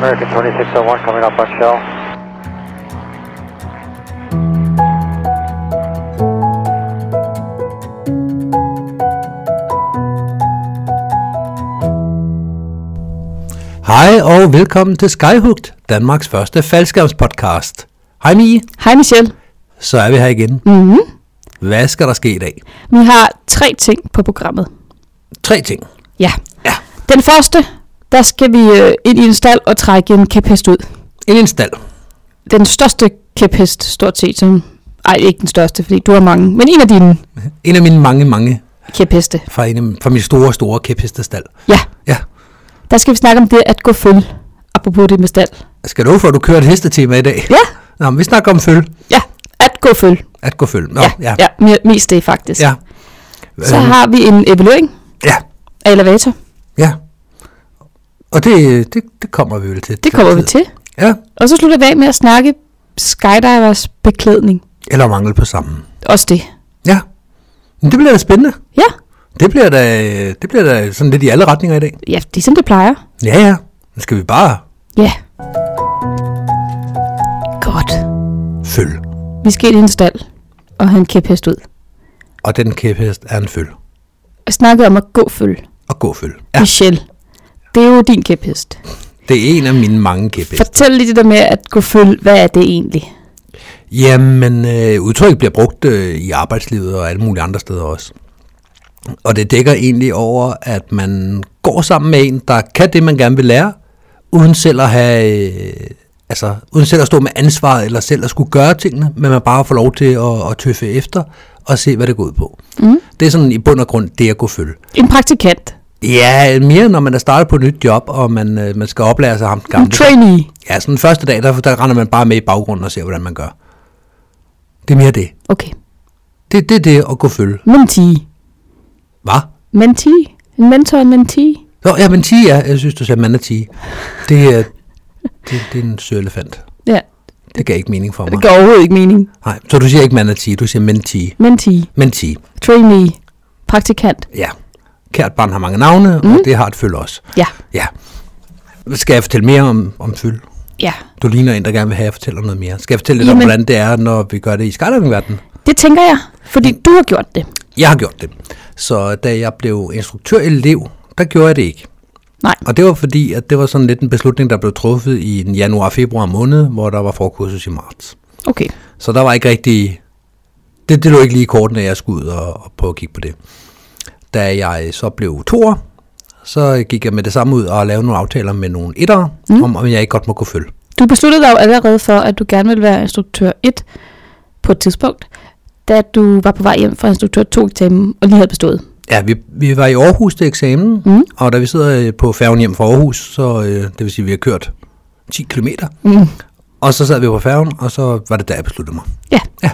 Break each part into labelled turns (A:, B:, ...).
A: American 2601 coming up on shell.
B: Hej og velkommen til Skyhugt, Danmarks første faldskærmspodcast. Hej Mie,
C: Hej Michelle.
B: så er vi her igen.
C: Mm-hmm.
B: Hvad skal der ske i dag?
C: Vi har tre ting på programmet.
B: Tre ting.
C: Ja.
B: Ja.
C: Den første, der skal vi øh, ind i en stald og trække en kæphest ud.
B: En instal.
C: Den største kæphest, stort set. Som, ej, ikke den største, fordi du har mange. Men en af dine
B: En af mine mange, mange
C: kæpheste.
B: fra, en af, fra min store, store kæphestestal.
C: Ja,
B: Ja.
C: der skal vi snakke om det at gå følge. Apropos det med stald.
B: Jeg skal love for, at du kører et hestetema i dag.
C: Ja,
B: Nå, men vi snakker om føl.
C: ja. At gå følge.
B: At gå føl. Nå,
C: ja, ja. me- mest det faktisk.
B: Ja.
C: Så
B: Øhm,
C: har vi en evaluering
B: ja.
C: af elevator.
B: ja. Og det, det, det kommer vi vel til.
C: Det kommer vi til.
B: Ja.
C: Og så slutter vi af med at snakke skydivers beklædning.
B: Eller mangel på sammen.
C: Også det.
B: Ja. Men det bliver da spændende.
C: Ja,
B: Det bliver da, det bliver da sådan lidt i alle retninger i dag.
C: ja det er som det plejer.
B: Ja, ja. Nu skal vi bare
C: Ja. Godt.
B: følge.
C: Vi skal ind i en stald og have en kæphest ud.
B: Og den kæphest er en føl.
C: Jeg snakkede om at gå følge.
B: Og gå føl.
C: Ja.
B: Ja,
C: Michelle, det er jo din kæphest.
B: det er en af mine mange kæphest.
C: Fortæl lige det der med at gå følge. Hvad er det egentlig?
B: Jamen, øh, udtrykket bliver brugt øh, i arbejdslivet og alle mulige andre steder også. Og det dækker egentlig over, at man går sammen med en, der kan det, man gerne vil lære, uden selv at have... Øh, altså, uden selv at stå med ansvaret eller selv at skulle gøre tingene, men man bare får lov til at, at tøffe efter og se, hvad det går ud på. Mm. Det er sådan i bund og grund det at gå følge.
C: En praktikant.
B: Ja, mere når man er startet på et nyt job, og man, øh, man skal oplære sig ham den
C: En
B: gamle.
C: trainee.
B: Ja, sådan den første dag, der, der render man bare med i baggrunden og ser, hvordan man gør. Det er mere det.
C: Okay.
B: Det er det, er det at gå følge.
C: Mentee.
B: Hvad?
C: Mentee. En mentor og en mentee.
B: Nå, ja, men tige, ja. Jeg synes, du sagde manatee. Det er, det, det er en sølefant.
C: Ja,
B: Det gav ikke mening for
C: det
B: mig.
C: gør overhovedet ikke mening.
B: Nej, så du siger ikke manatee, du siger mentee.
C: Mentee.
B: Mentee,
C: Trainee. Praktikant.
B: ja. Kært barn har mange navne,
C: Mhm.
B: mm. og det har et følge også.
C: Ja.
B: Ja. Skal jeg fortælle mere om, om følge?
C: Ja.
B: Du ligner en, der gerne vil have, at jeg fortæller noget mere. Skal jeg fortælle lidt Jamen. om, hvordan
C: Jamen.
B: det er, når vi gør det i skydiving-verdenen?
C: Det tænker jeg, fordi du har gjort det.
B: Jeg har gjort det. Så da jeg blev instruktørelev, der gjorde jeg det ikke.
C: Nej.
B: Og det var fordi, at det var sådan lidt en beslutning, der blev truffet i en januar-februar måned, hvor der var forkursus i marts.
C: Okay.
B: Så der var ikke rigtig... Det, det lå ikke lige i kortene, at jeg skulle ud og, og prøve at kigge på det. Da jeg så blev toer, så gik jeg med det samme ud og lavede nogle aftaler med nogle etter, mm. om, om jeg ikke godt må gå følge.
C: Du besluttede dig jo allerede for, at du gerne ville være instruktør 1 på et tidspunkt, da du var på vej hjem fra instruktør 2-eksamen og lige havde bestået.
B: Ja, vi, vi var i Aarhus til eksamen, mm. og da vi sidder øh, på færgen hjem fra Aarhus, så øh, det vil sige, at vi har kørt 10 km. Mm. Og så sad vi på færgen, og så var det der, jeg besluttede mig.
C: Ja,
B: Ja,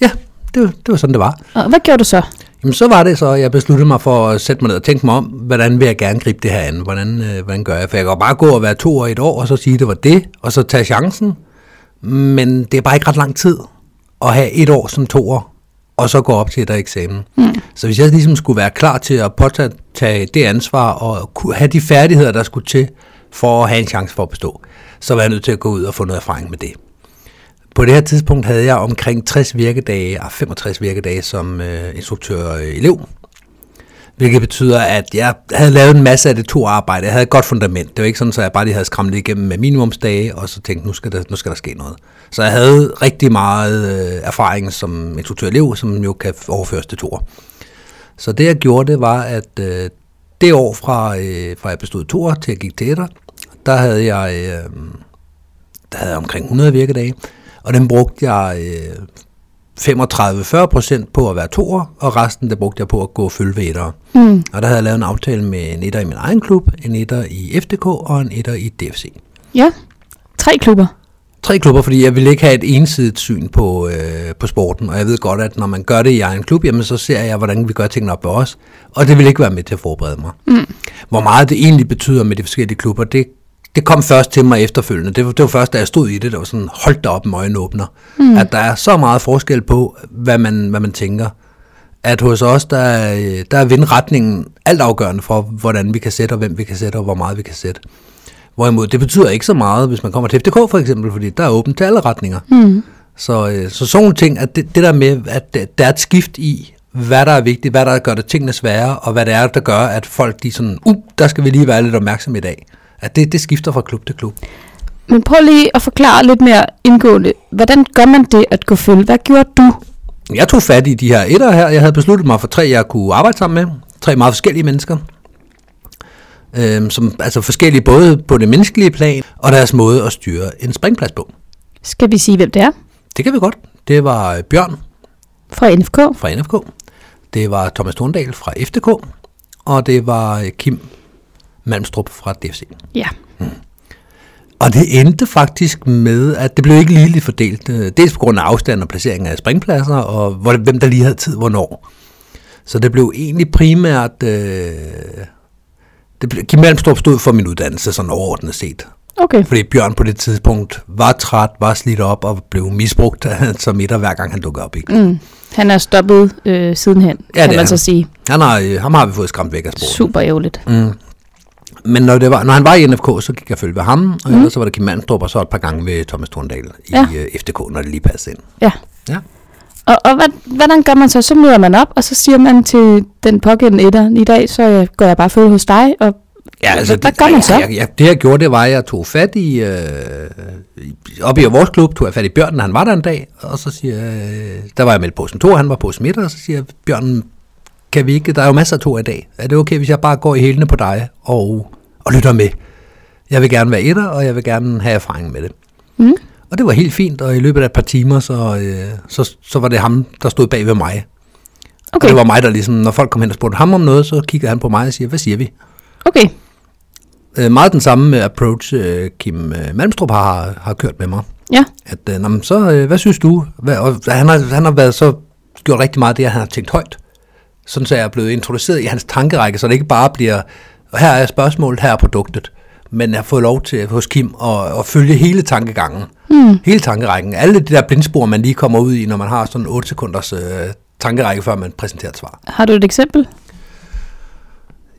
B: ja det, var- det var sådan, det var.
C: og hvad gjorde du så?
B: Jamen, så var det så, jeg besluttede mig for at sætte mig ned og tænke mig om, hvordan vil jeg gerne gribe det her an? Hvordan, øh, hvordan gør jeg? For jeg kan jo bare gå og være to år i et år, og så sige, det var det, og så tage chancen. Men det er bare ikke ret lang tid at have et år som to år, og så gå op til et eksamen. Mm. Så hvis jeg ligesom skulle være klar til at påtage tage det ansvar, og kunne have de færdigheder, der skulle til, for at have en chance for at bestå, så var jeg nødt til at gå ud og få noget erfaring med det. På det her tidspunkt havde jeg omkring 60 virkedage, ah, 65 virkedage som øh, instruktør og elev. Hvilket betyder, at jeg havde lavet en masse af det to arbejde. Jeg havde et godt fundament. Det var ikke sådan, at jeg bare lige havde skræmt det igennem med minimumsdage, og så tænkte, nu skal der, nu skal der ske noget. Så jeg havde rigtig meget øh, erfaring som instruktør og elev, som jo kan overføres til to år. Så det jeg gjorde, det var, at øh, det år fra, øh, fra jeg bestod to år til jeg gik til etter, der havde jeg... Øh, der havde jeg omkring 100 virkedage, og den brugte jeg øh, 35-40 procent på at være toer, og resten der brugte jeg på at gå og følge ved ettere. Mm. Og der havde jeg lavet en aftale med en etter i min egen klub, en etter i FDK og en etter i DFC.
C: Ja, tre klubber.
B: Tre klubber, fordi jeg ville ikke have et ensidigt syn på, øh, på sporten, og jeg ved godt, at når man gør det i egen klub, jamen så ser jeg, hvordan vi gør tingene op ved os, og det vil ikke være med til at forberede mig. Mm. Hvor meget det egentlig betyder med de forskellige klubber, det, det kom først til mig efterfølgende. Det, var- det var først, da jeg stod i det, der var sådan, hold da op med øjenåbner, mm. at der er så meget forskel på, hvad man, hvad man tænker. At hos os, der er, øh, der er vindretningen altafgørende for, hvordan vi kan sætte, og hvem vi kan sætte, og hvor meget vi kan sætte. Hvorimod det betyder ikke så meget, hvis man kommer til FDK for eksempel, fordi der er åbent til alle retninger.
C: Mm.
B: Så, øh, så sådan nogle ting, at det, det der med, at det- der er et skift i, hvad der er vigtigt, hvad der gør det tingene sværere, og hvad det er, der gør, at folk de er sådan, uh, der skal vi lige være lidt opmærksomme i dag. At det, det skifter fra klub til klub.
C: Men prøv lige at forklare lidt mere indgående. Hvordan gør man det at gå følge? Hvad gjorde du?
B: Jeg tog fat i de her etter her. Jeg havde besluttet mig for tre, jeg kunne arbejde sammen med. Tre meget forskellige mennesker. Øhm, som, altså forskellige både på det menneskelige plan og deres måde at styre en springplads på.
C: Skal vi sige, hvem det er?
B: Det kan vi godt. Det var øh, Bjørn
C: Fra NFK.
B: fra NFK. Det var Thomas Thorndal fra FDK. Og det var øh, Kim Malmstrup fra DFC.
C: Ja.
B: Og det endte faktisk med, at det blev ikke ligeligt fordelt. øh, Dels på grund af afstand og placering af springpladser, og hvor, hvem der lige havde tid, hvornår. Så det blev egentlig primært... Øh, det blev, Kim Malmstrup stod for min uddannelse, sådan overordnet set.
C: Okay.
B: Fordi Bjørn på det tidspunkt var træt, var slidt op og blev misbrugt som etter, hver gang han dukkede op. Ikke?
C: Mm. Han er stoppet øh, sidenhen,
B: det
C: kan
B: er
C: man så
B: han.
C: sige.
B: Han har, øh, ham har vi fået skræmt væk af sporet.
C: Super ærgerligt. Mm.
B: Men når, det var, når han var i NFK, så gik jeg følge ved ham, og mm. ellers så var det Kim Mandrup, og så et par gange ved Thomas Thorndal i
C: Mhm.
B: øh,
C: Ja.
B: ja. FDK, når det lige passede ind.
C: Ja.
B: Ja.
C: Og, og hvad, hvordan gør man så? Så møder man op, og så siger man til den pågældende etter, i dag så øh, går jeg bare følge hos dig, og
B: Ja, altså,
C: Hvad- hvad gør
B: ej,
C: man så?
B: Jeg, jeg, det jeg gjorde, det var, at jeg tog fat i, øh, i- oppe i vores klub, tog jeg fat i Bjørn, når han var der en dag, og så siger jeg, øh, der var jeg meldt på som to, han var på som et, og så siger jeg, Bjørn, kan vi ikke, der er jo masser af to i dag, er det okay, hvis jeg bare går i hælene på dig og, og lytter med? Jeg vil gerne være etter, og jeg vil gerne have erfaring med det.
C: Mm.
B: Og det var helt fint, og i løbet af et par timer, så, øh, så, så var det ham, der stod bag ved mig.
C: okay,
B: Og det var mig, der ligesom, når folk kom hen og spurgte ham om noget, så kiggede han på mig og siger, hvad siger vi?
C: okay,
B: Øh, meget den samme øh, approach, øh, Kim øh, Malmstrup har, har kørt med mig.
C: ja,
B: At, øh, nå, men så, øh, hvad synes du? Hvad, og han, har, han har været så gjort rigtig meget af det, at han har tænkt højt. Sådan så jeg er blevet introduceret i hans tankerække, så det ikke bare bliver, her er spørgsmålet, her er produktet. Men jeg har fået lov til hos Kim at, at følge hele tankegangen. Mm. Hele tankerækken. Alle de der blindspor, man lige kommer ud i, når man har sådan 8 sekunders øh, tankerække, før man præsenterer et svar.
C: har du et eksempel?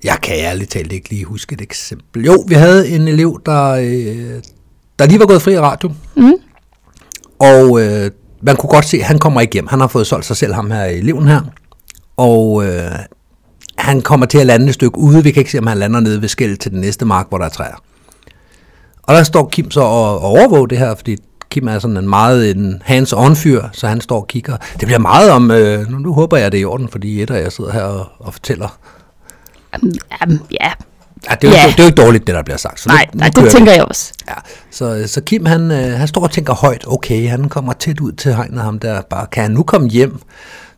B: Jeg kan ærligt talt ikke lige huske et eksempel. Jo, vi havde en elev, der, øh, der lige var gået fri af radio.
C: Mm.
B: Og øh, man kunne godt se, at han kommer ikke hjem. Han har fået solgt sig selv, ham her eleven her. Og øh, han kommer til at lande et stykke ude. Vi kan ikke se, om han lander nede ved skæld til den næste mark, hvor der er træer. Og der står Kim så og, og overvåger det her, fordi Kim er sådan en meget en hands-on fyr, så han står og kigger. Det bliver meget om, øh, nu, nu håber jeg, det er i orden, fordi etter jeg sidder her og, og fortæller.
C: Jamen, jamen, ja,
B: Ja, det, er jo,
C: Ja.
B: yeah. det er jo ikke dårligt, det der bliver sagt. Så
C: nej,
B: nu,
C: nej,
B: nu kører
C: det
B: vi.
C: tænker jeg også.
B: Ja, så, så Kim, han, øh, han står og tænker højt, okay, han kommer tæt ud til hegnet ham der, bare, kan han nu komme hjem?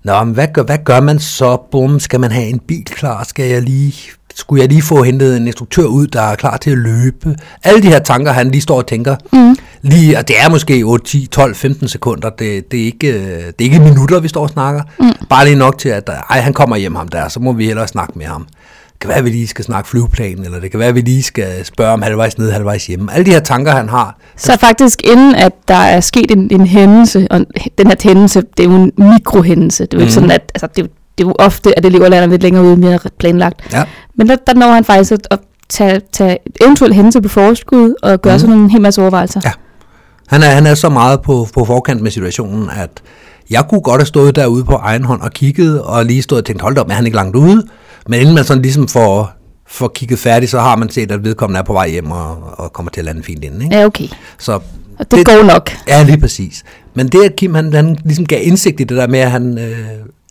B: Nå, men hvad gør, hvad gør man så? Bum, skal man have en bil klar? Skal jeg lige, skulle jeg lige få hentet en instruktør ud, der er klar til at løbe? Alle de her tanker, han lige står og tænker. Mm. Lige, og det er måske 8, 10, 12, 15 sekunder. Det, det, er, ikke, øh, det er ikke minutter, vi står og snakker. Mm. Bare lige nok til, at øh, ej, han kommer hjem ham der, så må vi hellere snakke med ham. Det kan være, at vi lige skal snakke flyveplanen, eller det kan være, at vi lige skal spørge om halvvejs ned, halvvejs hjemme. Alle de her tanker, han har,
C: Så faktisk inden, at der er sket en, en hændelse, og den her hændelse, det er jo en mikrohændelse. Det er jo ikke sådan, at altså, det, er jo- det er jo ofte, at det ligger lander lidt længere ude, mere planlagt.
B: Ja.
C: Men der, der når han faktisk at, at tage, tage et eventuelt hændelse på forskud, og gøre mm. sådan en hel masse overvejelser.
B: Ja. Han er, han er så meget på, på forkant med situationen, at jeg kunne godt have stået derude på egen hånd og kigget, og lige stået og tænkt, hold da op, er han ikke langt ude? Men inden man sådan ligesom får, får kigget færdigt, så har man set, at vedkommende er på vej hjem og, og kommer til at lande fint inden. Ikke?
C: ja okay.
B: Så
C: Og det, det går nok.
B: Ja, lige præcis. Men det, at Kim han, han ligesom gav indsigt i det der med, at han, øh, der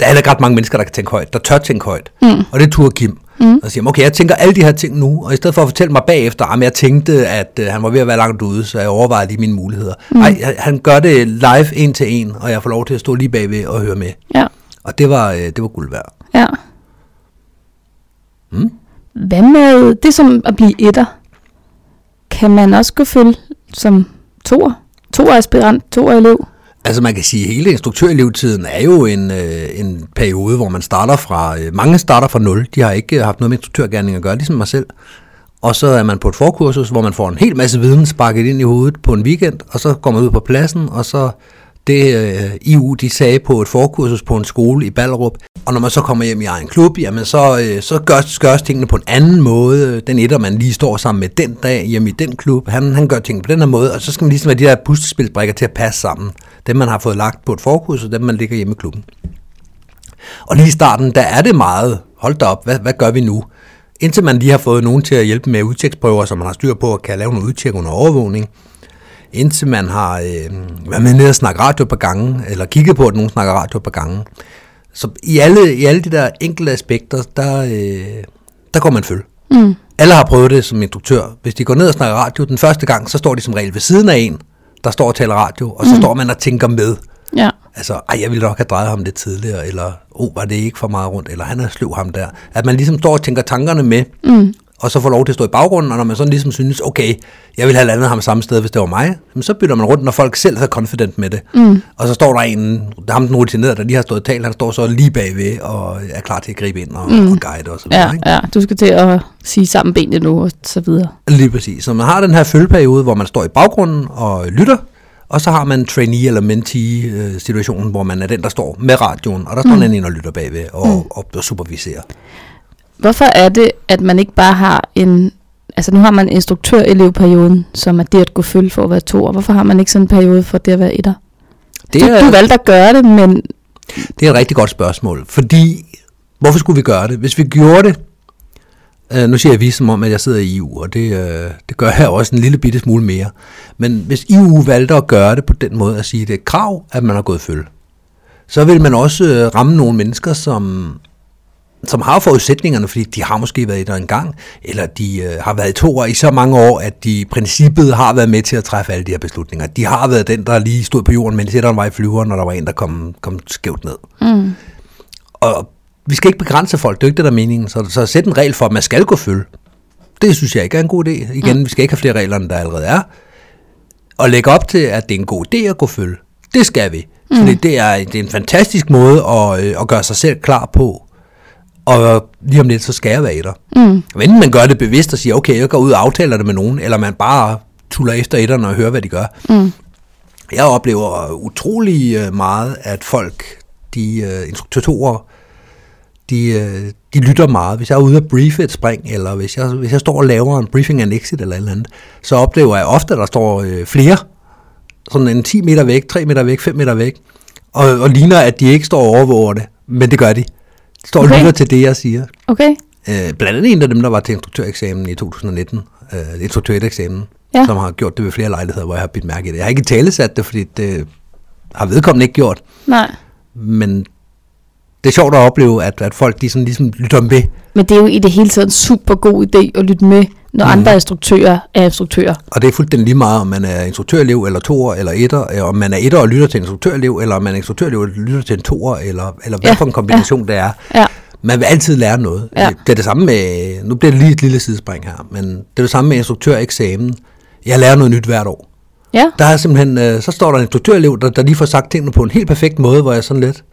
B: er heller ikke ret mange mennesker, der kan tænke højt, der tør tænke højt. Mm. Og det turde Kim. Mm. Og siger, okay, jeg tænker alle de her ting nu, og i stedet for at fortælle mig bagefter, at jeg tænkte, at øh, han var ved at være langt ude, så jeg overvejede lige mine muligheder. Mm. Ej, han gør det live en til en, og jeg får lov til at stå lige bagved og høre med.
C: Ja.
B: Og det var, øh, det var guld værd.
C: ja. Mm. Hvad med det som at blive etter? Kan man også gå følge som toer? Toer aspirant, toer elev?
B: Altså man kan sige, at hele instruktørlevetiden er jo en, øh, en periode, hvor man starter fra, øh, mange starter fra nul, de har ikke øh, haft noget med instruktørgærning at gøre, ligesom mig selv. Og så er man på et forkursus, hvor man får en hel masse viden sparket ind i hovedet på en weekend, og så går man ud på pladsen, og så det øh, EU de sagde på et forkursus på en skole i Ballerup. Og når man så kommer hjem i egen klub, jamen så, øh, så gørs, gørs tingene på en anden måde. Den etter, man lige står sammen med den dag hjemme i den klub, han, han gør tingene på den her måde. Og så skal man ligesom have de der puslespilsbrikker til at passe sammen. Dem, man har fået lagt på et forkursus, og dem, man ligger hjemme i klubben. Og lige i starten, der er det meget, hold da op, hvad, hvad gør vi nu? Indtil man lige har fået nogen til at hjælpe med udtjeksprøver, som man har styr på og kan lave nogle udtjek under overvågning. Indtil man har øh, været med nede og snakke radio et par gange, eller kigget på, at nogen snakker radio et par gange. Så i alle, i alle de der enkelte aspekter, der, øh, der går man følge. Mm. Alle har prøvet det som instruktør. Hvis de går ned og snakker radio den første gang, så står de som regel ved siden af en, der står og taler radio, og så mm. står man og tænker med.
C: Ja.
B: Altså, ej, jeg ville nok have drejet ham lidt tidligere, eller, oh, var det ikke for meget rundt, eller han er sløv ham der. At man ligesom står og tænker tankerne med, mm. og så får lov til at stå i baggrunden, og når man sådan ligesom synes, okay, jeg ville have landet ham samme sted, hvis det var mig, jamen, så bytter man rundt, når folk selv er confident med det. Mm. Og så står der en, ham den rutinerede, der lige har stået og talt, han står så lige bagved, og er klar til at gribe ind og, mm. og guide og så videre.
C: Ja,
B: ikke?
C: ja, du skal til at sige sammen benene nu, og så videre.
B: Lige præcis. Så man har den her følgeperiode, hvor man står i baggrunden og lytter, og så har man trainee eller mentee-situationen, hvor man er den, der står med radioen, og der står mm. en anden og lytter bagved og, mm. og, og superviserer.
C: Hvorfor er det, at man ikke bare har en... Altså nu har man instruktørelevperioden, som er det at gå følge for at være to, og hvorfor har man ikke sådan en periode for det at være etter?
B: Det
C: Du, du
B: er,
C: valgte at gøre det, men
B: det er et rigtig godt spørgsmål, fordi hvorfor skulle vi gøre det? Hvis vi gjorde det, øh, nu siger jeg vi som om, at jeg sidder i EU, og det, øh, det gør jeg også en lille bitte smule mere, men hvis EU valgte at gøre det på den måde at sige, at det er et krav, at man har gået følge, så vil man også øh, ramme nogle mennesker, som som har forudsætningerne, fordi de har måske været i der engang, eller de øh, har været i to år i så mange år, at de i princippet har været med til at træffe alle de her beslutninger. De har været den, der lige stod på jorden, mens etteren var i flyveren, når der var en, der kom, kom skævt ned.
C: Mm.
B: Og vi skal ikke begrænse folk, det er jo ikke det, der er meningen. Så, så sæt en regel for, at man skal gå følge. Det synes jeg ikke er en god idé. Igen, mm. vi skal ikke have flere regler, end der allerede er. Og lægge op til, at det er en god idé at gå følge. Det skal vi. Mm. Fordi det er, det er en fantastisk måde at, øh, at gøre sig selv klar på. Og lige om lidt, så skal jeg være i dig. Mm. Men enten man gør det bevidst og siger, okay, jeg går ud og aftaler det med nogen, eller man bare tuller efter etterne og hører, hvad de gør. Mm. Jeg oplever utrolig øh, meget, at folk, de øh, instruktører, de, øh, de lytter meget. Hvis jeg er ude og briefe et spring, eller hvis jeg, hvis jeg står og laver en briefing af en exit eller et eller andet, så oplever jeg ofte, at der står øh, flere, sådan en 10 meter væk, 3 meter væk, 5 meter væk, og, og ligner, at de ikke står og overvåger det, men det gør de. De står og
C: Okay.
B: lytter til det, jeg siger.
C: okay,
B: Øh, blandt andet en af dem, der var til instruktøreksamen i 2019, øh, instruktøreksamen, ja.
C: Ja.
B: som har gjort det ved flere lejligheder, hvor jeg har bidt mærke i det. Jeg har ikke talesat det, fordi det har vedkommende ikke gjort,
C: nej.
B: men det er sjovt at opleve, at, at folk de sådan ligesom lytter med.
C: Men det er jo i det hele taget en super god idé at lytte med, når
B: Mhm.
C: mm. andre instruktører er instruktører.
B: Og det er fuldstændig lige meget, om man er instruktørelev, eller toer, eller etter, øh, om man er etter og lytter til en instruktørelev, eller om man er instruktørelev og lytter til en toer, eller, eller hvad
C: Ja,
B: for en kombination ja. det er.
C: Ja.
B: Man vil altid lære noget.
C: Ja.
B: Det er det samme med, nu bliver det lige et lille sidespring her, men det er det samme med instruktøreksamen. Jeg lærer noget nyt hvert år.
C: Ja,
B: Der er simpelthen, øh, så står der en instruktørelev, der, der lige får sagt tingene på en helt perfekt måde, hvor jeg sådan lidt,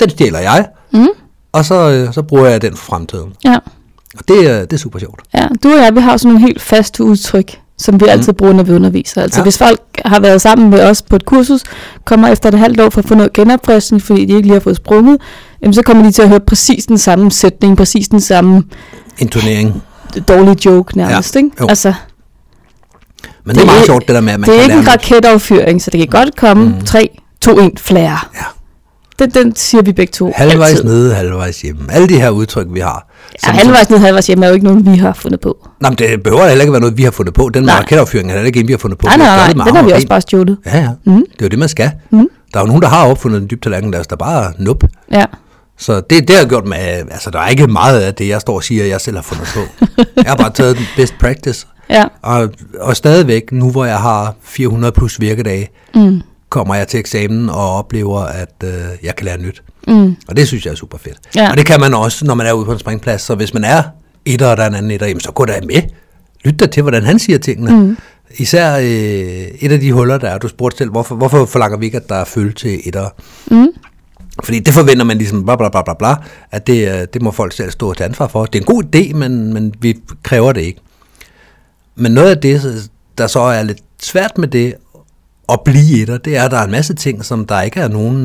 B: den stjæler jeg,
C: Mhm.
B: og så, øh, så bruger jeg den for fremtiden.
C: ja,
B: Og det, øh, det er super sjovt.
C: ja. Du og jeg, vi har jo sådan nogle helt faste udtryk, som vi altid bruger, når vi underviser.
B: Mhm. Ja.
C: Altså ja. hvis folk har været sammen med os på et kursus, kommer efter et halvt år for at få noget genopfriskning, fordi de ikke lige har fået sprunget, jamen, så kommer de til at høre præcis den samme sætning, præcis den samme
B: En turnering.
C: dårlige joke nærmest.
B: Ja,
C: Ja. Ikke?
B: jo.
C: Altså,
B: Men det, det er meget sjovt, det der med, at man
C: det er
B: kan
C: ikke
B: lære
C: en
B: noget. Mhm.
C: raketaffyring, så det kan godt komme mm. 3, 2, 1, flere.
B: Ja.
C: Den, den siger vi begge to
B: Halvvejs
C: altid.
B: nede, halvvejs hjemme. Alle de her udtryk, vi har.
C: Ja, halvvejs ned, halvvejs hjemme er jo ikke nogen, vi har fundet på.
B: Nå, men det behøver heller ikke være noget, vi har fundet på. Den
C: Nej.
B: raketaffyring er heller ikke en, vi har fundet på.
C: Ah, Nej,
B: Vi
C: nej,
B: gjort
C: nej,
B: det med
C: den har
B: arm
C: vi
B: og
C: også
B: ben.
C: bare stjålet.
B: Ja, ja. Mm. Det er jo det, man skal. Mm. Der er jo nogen, der har opfundet den dybe tallerken, lad os da bare nup.
C: Ja.
B: Så det, det har jeg gjort med, altså der er ikke meget af det, jeg står og siger, jeg selv har fundet på. jeg har bare taget den best practice.
C: Ja,
B: Og, og stadigvæk, nu hvor jeg har 400 plus virkedage, mm. kommer jeg til eksamen og oplever, at øh, jeg kan lære nyt. Mm. Og det synes jeg er super fedt.
C: Ja.
B: Og det kan man også, når man er ude på en springplads. Så hvis man er etter, og der er en anden etter, jamen, så gå da med. Lyt da til, hvordan han siger tingene. Mm. Især øh, et af de huller, der er. Du spurgte selv, hvorfor, hvorfor forlanger vi ikke, at der er følge til etter?
C: Mm.
B: Fordi det forventer man ligesom, bla bla bla bla, bla at det, øh, det må folk selv stå til ansvar for. Det er en god idé, men, men vi kræver det ikke. Men noget af det, der så er lidt svært med det, at blive etter, det er, at der er en masse ting, som der ikke er nogen...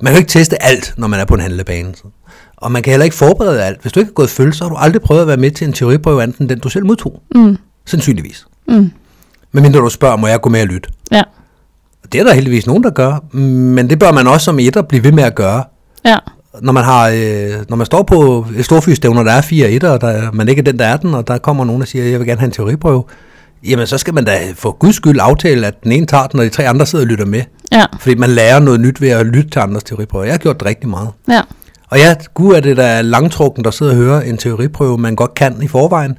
B: Man kan jo ikke teste alt, når man er på en handlebane. Så. Og man kan heller ikke forberede alt. Hvis du ikke har gået følge, så har du aldrig prøvet at være med til en teoriprøve, andet end den, du selv modtog.
C: Mm.
B: Sandsynligvis.
C: Mm.
B: Men mindre du spørger, må jeg gå med og lytte?
C: Ja.
B: Og Det er der heldigvis nogen, der gør, men det bør man også som etter blive ved med at gøre.
C: Ja.
B: Når man, har, øh, når man står på et storfystævne, og der er fire etter, og der, er- man ikke er den, der er den, og der kommer nogen og siger, jeg vil gerne have en teoriprøve, jamen så skal man da for guds skyld aftale, at den ene tager den, og de tre andre sidder og lytter med.
C: Ja.
B: Fordi man lærer noget nyt ved at lytte til andres teoriprøver. Jeg har gjort det rigtig meget.
C: Ja.
B: Og ja, gud er det da langtrukken, der sidder og hører en teoriprøve, man godt kan i forvejen.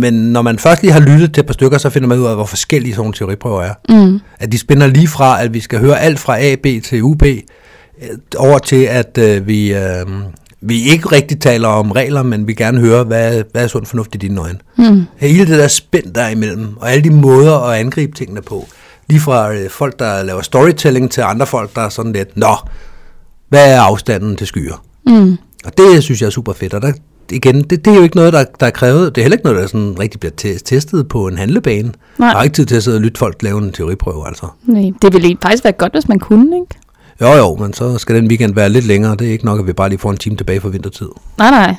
B: Men når man først lige har lyttet til et par stykker, så finder man ud af, hvor forskellige sådan nogle teoriprøver er.
C: Mm.
B: At de spænder lige fra, at vi skal høre alt fra A, B til UB, øh, over til, at øh, vi, øh, vi ikke rigtig taler om regler, men vi gerne hører, hvad, hvad er sund fornuft i dine øjne.
C: Mm.
B: Hele det der spænd der er imellem, og alle de måder at angribe tingene på. Lige fra øh, folk, der laver storytelling, til andre folk, der er sådan lidt, nå, hvad er afstanden til skyer?
C: Mm.
B: Og det synes jeg er super fedt, og der, igen, det, det er jo ikke noget, der, der er krævet, det er heller ikke noget, der sådan rigtig bliver te- testet på en handlebane.
C: Nej.
B: Der er ikke tid til at sidde og lytte folk lave en teoriprøve, altså.
C: Nej. Det ville faktisk være godt, hvis man kunne, ikke?
B: Jo jo, men så skal den weekend være lidt længere, det er ikke nok, at vi bare lige får en time tilbage for vintertid.
C: Nej, nej.
B: Mm.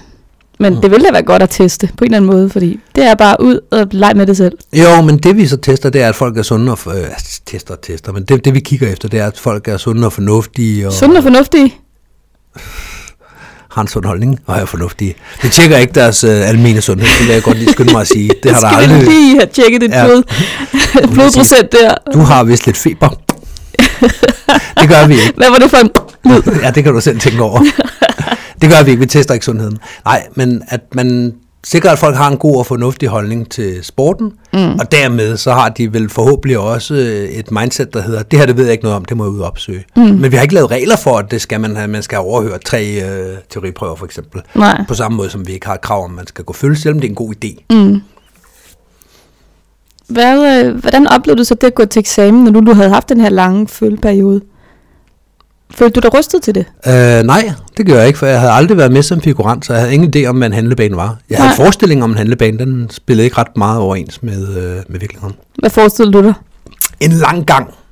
C: Men det ville da være godt at teste på en eller anden måde, fordi det er bare ud og lege med det selv.
B: Jo, men det vi så tester, det er, at folk er sunde og... f- Øh, altså, tester og tester, men det, det vi kigger efter, det er, at folk er sunde og fornuftige og
C: Sundt og fornuftigt.
B: har en sund holdning og er fornuftige. Vi tjekker ikke deres øh, almene sundhed, det vil jeg godt lige skynde mig at sige. Det har der
C: Skal vi
B: aldrig...
C: lige have tjekket dit
B: Ja.
C: blod, blodprocent der?
B: Du har vist lidt feber. det gør vi ikke.
C: Hvad var det for en lyd?
B: ja, det kan du selv tænke over. det gør vi ikke, vi tester ikke sundheden. Nej, men at man sikrer, at folk har en god og fornuftig holdning til sporten, mm. og dermed så har de vel forhåbentlig også øh, et mindset, der hedder, det her det ved jeg ikke noget om, det må jeg ud og opsøge. Mm. Men vi har ikke lavet regler for, at det skal man, have, man skal overhøre tre øh, teoriprøver for eksempel.
C: Nej.
B: På samme måde som vi ikke har krav om, at man skal gå følge, selvom det er en god idé.
C: Mm. Hvad, øh, hvordan oplevede du så det at gå til eksamen, når nu du havde haft den her lange føleperiode? Følte du dig rustet til det?
B: Øh, nej, det gør jeg ikke, for jeg havde aldrig været med som figurant, så jeg havde ingen idé om, hvad en handlebane var. Jeg havde
C: Nej.
B: en forestilling om en handlebane, den spillede ikke ret meget overens med, øh, med virkeligheden.
C: Hvad forestillede du dig?
B: En lang gang. Altså,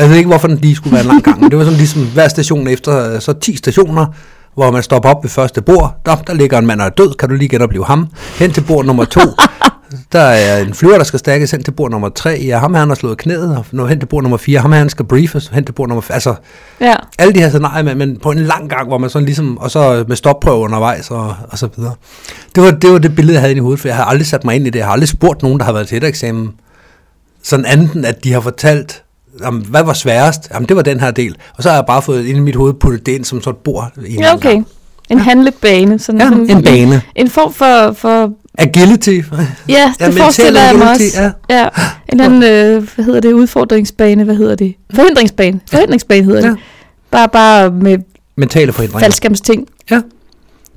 B: Jeg ved ikke, hvorfor den lige skulle være en lang gang, men det var sådan ligesom hver station efter øh, så 10 stationer, hvor man stopper op ved første bord. Der, der ligger en mand og er død, kan du lige genopleve ham? Hen til bord nummer to. Der er en flyver, der skal stærkes hen til bord nummer tre. Ja, ham her, han har slået knæet, og når hen til bord nummer fire. Ham her, han skal briefes, hen til bord nummer f- Altså,
C: Ja.
B: alle de her scenarier, men, men på en lang gang, hvor man sådan ligesom, og så med stopprøver undervejs og, og så videre. Det var, det var det billede, jeg havde inde i hovedet, for jeg har aldrig sat mig ind i det. Jeg har aldrig spurgt nogen, der har været til et eksamen, sådan anden, at de har fortalt, jamen, hvad var sværest? Jamen, det var den her del. Og så har jeg bare fået ind i mit hoved, puttet det ind som sådan et bord. i en
C: Ja, okay.
B: gang.
C: En handlebane. Sådan, sådan,
B: Ja, en bane.
C: En form for, for
B: Agility.
C: Ja, det
B: mental
C: ja, forestiller jeg mig
B: agility,
C: også. Ja. ja. En anden, øh, hvad hedder det, udfordringsbane, hvad hedder det? Forhindringsbane. Forhindringsbane hedder
B: Mm. Ja.
C: det. Bare, bare med
B: Mentale forhindringer.
C: faldskærmsting.
B: Ja,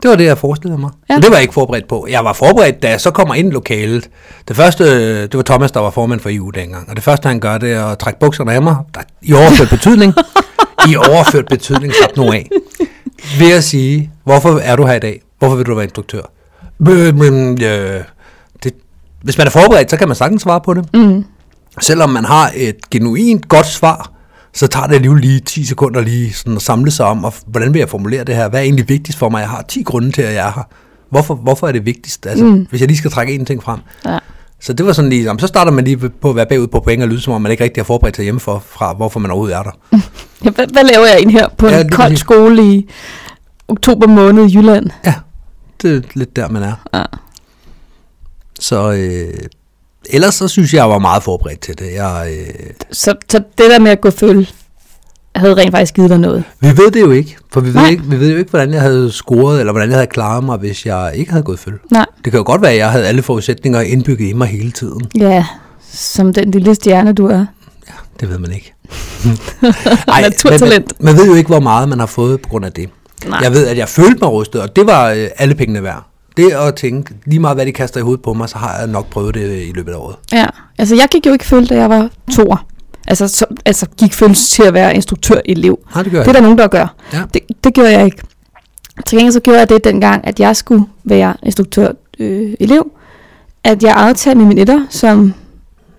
B: det var det, jeg forestillede mig.
C: Ja.
B: Ja. Og det var jeg ikke forberedt på. Jeg var forberedt, da jeg så kommer ind i lokalet. Det første, øh, det var Thomas, der var formand for EU dengang. Og det første, han gør, det er at trække bukserne af mig. Der, I overført betydning. I overført betydning. Slap nu af. Ved at sige, hvorfor er du her i dag? Hvorfor vil du være instruktør? Men, men, øh, det, hvis man er forberedt, så kan man sagtens svare på det.
C: Mm.
B: Selvom man har et genuint godt svar, så tager det alligevel lige 10 sekunder lige sådan at samle sig om, og f- hvordan vil jeg formulere det her? Hvad er egentlig vigtigst for mig? Jeg har 10 grunde til, at jeg er her. Hvorfor, hvorfor er det vigtigst? Altså,
C: Mm.
B: mm. Hvis jeg lige skal trække en ting frem.
C: Ja.
B: Så det var sådan lige, jamen, så starter man lige på at være bagud på point og lyde, som om man ikke rigtig har forberedt sig hjemmefra, fra hvorfor man overhovedet er der.
C: Ja, Hvad, hvad laver jeg ind her på en
B: Ja,
C: ja,
B: lige
C: kold
B: præcis.
C: skole i oktober måned i Jylland?
B: Ja, det er lidt der, man er.
C: Ja.
B: Så øh, ellers så synes jeg, jeg var meget forberedt til det. Jeg, øh,
C: Så, så det der med at gå følge, havde rent faktisk givet dig noget.
B: Vi ved det jo ikke, for vi ved,
C: Nej.
B: ikke, vi ved jo ikke, hvordan jeg havde scoret, eller hvordan jeg havde klaret mig, hvis jeg ikke havde gået følge.
C: Nej.
B: Det kan jo godt være, at jeg havde alle forudsætninger indbygget i mig hele tiden.
C: Ja, som den lille stjerne, du er.
B: Det ved man ikke.
C: Naturtalent.
B: Men, man, man ved jo ikke, hvor meget man har fået på grund af det.
C: Nej.
B: Jeg ved, at jeg følte mig rustet, og det var øh, alle pengene værd. Det at tænke, lige meget hvad de kaster i hovedet på mig, så har jeg nok prøvet det øh, i løbet af året.
C: Ja, altså jeg gik jo ikke følge, da jeg var toer. Altså, så, altså gik følge til at være instruktør-elev.
B: Nej, det gør jeg
C: Det er der nogen, der gør.
B: Ja.
C: Det, det gjorde jeg ikke. Til gengæld så gjorde jeg det dengang, at jeg skulle øh, være instruktør-elev. at jeg aftalte med min etter, som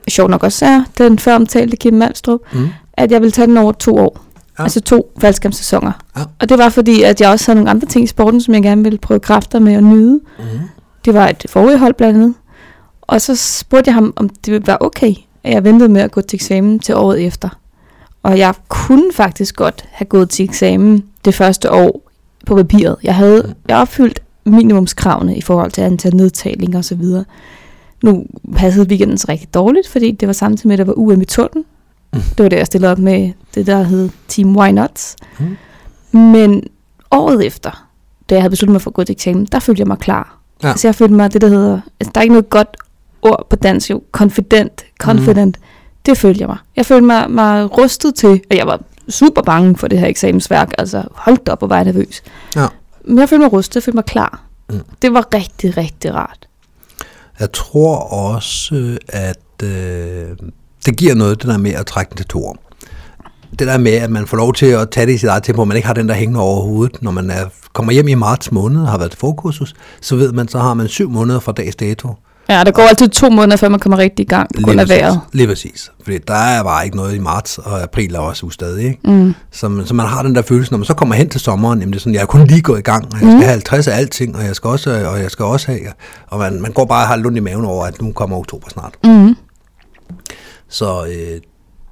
C: sjovt nok også er den før omtalte Kim Malstrup,
B: Mm. Ah.
C: at jeg ville tage den over to år.
B: Ja.
C: Ja. Altså to faldskærmssæsoner.
B: Ja.
C: Og det var fordi, at jeg også havde nogle andre ting i sporten, som jeg gerne ville prøve kræfter med at nyde.
B: Mm.
C: Det var et forrige hold blandt andet. Og så spurgte jeg ham, om det var okay, at jeg ventede med at gå til eksamen til året efter. Og jeg kunne faktisk godt have gået til eksamen det første år på papiret. Jeg havde jeg opfyldt minimumskravene i forhold til antal nedtalinger og så videre. Nu passede weekenden så rigtig dårligt, fordi det var samtidig med, at der var UM i tunden.
B: Mm.
C: Det var det, jeg stillede op med det, der hed Team Why Nots.
B: Mm.
C: Men året efter, da jeg havde besluttet mig for at gå til eksamen, der følte jeg mig klar.
B: Ja.
C: Ja. Altså jeg følte mig det, der hedder, altså der er ikke noget godt ord på dansk, jo, confident, confident. Mm. Det følte jeg mig. Jeg følte mig, mig rustet til, og jeg var super bange for det her eksamensværk, altså holdt op og var jeg nervøs.
B: Ja.
C: Men jeg følte mig rustet, jeg følte mig klar.
B: Mm.
C: Det var rigtig, rigtig rart.
B: Jeg tror også, at øh, det giver noget, det der med at trække den til to år. Det der med, at man får lov til at tage det i sit eget tempo, og man ikke har den der hængende over hovedet. Når man er, kommer hjem i marts måned og har været til forkursus, så ved man, så har man syv måneder fra dags dato.
C: Ja, der går altid to måneder, før man kommer rigtig i gang på grund af
B: præcis.
C: vejret.
B: Lige præcis. Fordi der er bare ikke noget i marts, og april er også ustadig. Ikke?
C: Mm.
B: Så, så man har den der følelse, når man så kommer hen til sommeren, jamen det er sådan, jeg er kun lige gået i gang, og jeg
C: Mm.
B: skal have 50 af alting, og jeg skal også, og jeg skal også have, og man, man går bare og har lund i maven over, at nu kommer oktober snart.
C: Mm.
B: Så øh,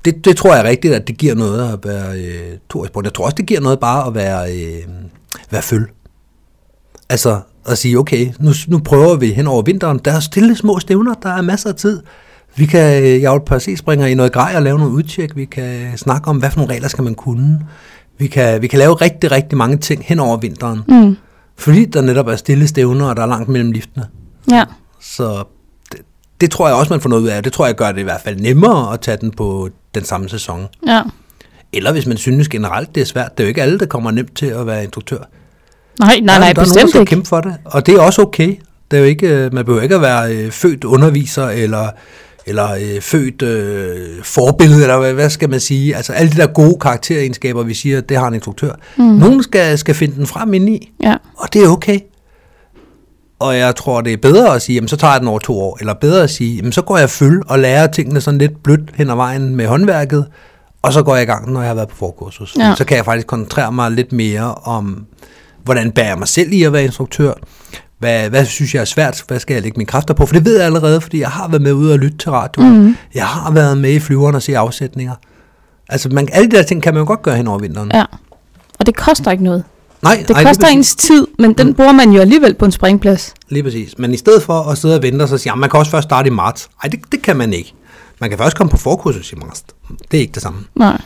B: det, det tror jeg rigtigt, at det giver noget at være øh, to i sport. Jeg tror også, det giver noget bare at være, øh, være føl. Altså at sige, okay, nu, nu prøver vi hen over vinteren. Der er stille små stævner, der er masser af tid. Vi kan, øh, jeg vil præcis springer i noget grej og lave nogle udtjek. Vi kan snakke om, hvad for nogle regler skal man kunne. Vi kan, vi kan lave rigtig, rigtig mange ting hen over vinteren.
C: Mm.
B: Fordi der netop er stille stævner, og der er langt mellem liftene.
C: Ja.
B: Så det, det tror jeg også, man får noget ud af. Det tror jeg gør det i hvert fald nemmere at tage den på den samme sæson.
C: ja.
B: Eller hvis man synes generelt, det er svært. Det er jo ikke alle, der kommer nemt til at være instruktør. Nej,
C: Nej, nej, nej,
B: der er nogen, der
C: bestemt
B: skal
C: ikke.
B: kæmpe for det. Og det er også okay. Det er jo ikke, øh, man behøver ikke at være øh, født underviser eller eller øh, født øh, forbillede, eller hvad, hvad skal man sige? Altså alle de der gode karakteregenskaber, vi siger, det har en instruktør. Mm. Nogen skal, skal finde den frem indeni.
C: Ja.
B: Og det er okay. Og jeg tror, det er bedre at sige, jamen, så tager jeg den over to år. Eller bedre at sige, jamen, så går jeg følge og lærer tingene sådan lidt blødt hen ad vejen med håndværket. Og så går jeg i gang, når jeg har været på forkursus.
C: Ja.
B: Så kan jeg faktisk koncentrere mig lidt mere om, hvordan bærer jeg mig selv i at være instruktør. Hvad, hvad synes jeg er svært? Hvad skal jeg lægge mine kræfter på? For det ved jeg allerede, fordi jeg har været med ude og lytte til radioen.
C: Mhm.
B: Mm. Jeg har været med i flyveren og se afsætninger. Altså, man, alle de der ting kan man jo godt gøre hen over vinteren.
C: ja. Og det koster ikke noget.
B: Nej,
C: Det
B: nej,
C: Ej,
B: lige
C: koster det
B: præcis. Mm.
C: ens tid, men den bruger man jo alligevel på en springplads.
B: Lige præcis. Men i stedet for at sidde og vente og så sige, "Jamen, man kan også først starte i marts. Nej, det, det kan man ikke. Man kan først komme på forkursus i marts. Det er ikke det samme.
C: Nej.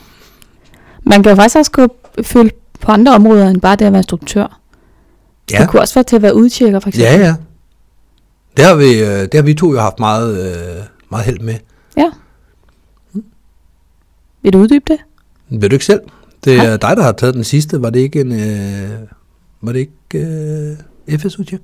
C: Man kan jo faktisk også gå følge på andre områder, end bare det at være instruktør. Ja.
B: Ja,
C: Det kunne også være til at være udtjekker, for eksempel.
B: ja, ja. Det har vi, øh, det har vi to jo haft meget, øh, meget held med.
C: ja. Vil du uddybe det?
B: Ved du ikke selv? Det er
C: Nej.
B: dig, der har taget den sidste. Var det ikke en... Øh, var det ikke øh, FSU-tjek?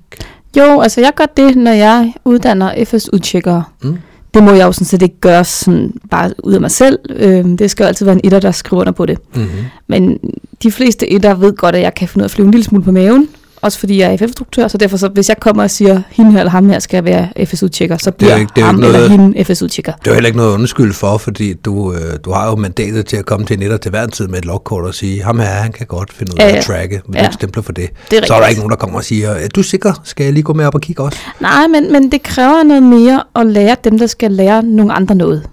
C: Jo, altså jeg gør det, når jeg uddanner FS-udtjekkere.
B: Mm.
C: Det må jeg jo sådan set ikke gøre sådan bare ud af mig selv. Øhm, det skal jo altid være en etter, der skriver under på det.
B: Mm-hmm.
C: Men de fleste etter ved godt, at jeg kan finde ud af at flyve en lille smule på maven. Også fordi jeg er FF-instruktør, så derfor så, hvis jeg kommer og siger, hende her eller ham her skal være FSU-tjekker, så
B: er jo
C: bliver
B: ikke- det er jo
C: ham
B: ikke
C: eller
B: noget-
C: hende FSU-tjekker.
B: Det er jo heller ikke noget undskyld for, fordi du, øh, du har jo mandatet til at komme til netter til hver en tid med et logkort og sige, ham her, han kan godt finde ud af
C: Ja,
B: ja, ja.
C: ja.
B: at tracke, men ja.
C: Ja.
B: du stempler for det.
C: Det er
B: så er der
C: rigtigt.
B: ikke nogen, der kommer og siger, er du sikker? Skal jeg lige gå med op og kigge også?
C: Nej, men, men det kræver noget mere at lære dem, der skal lære nogle andre noget.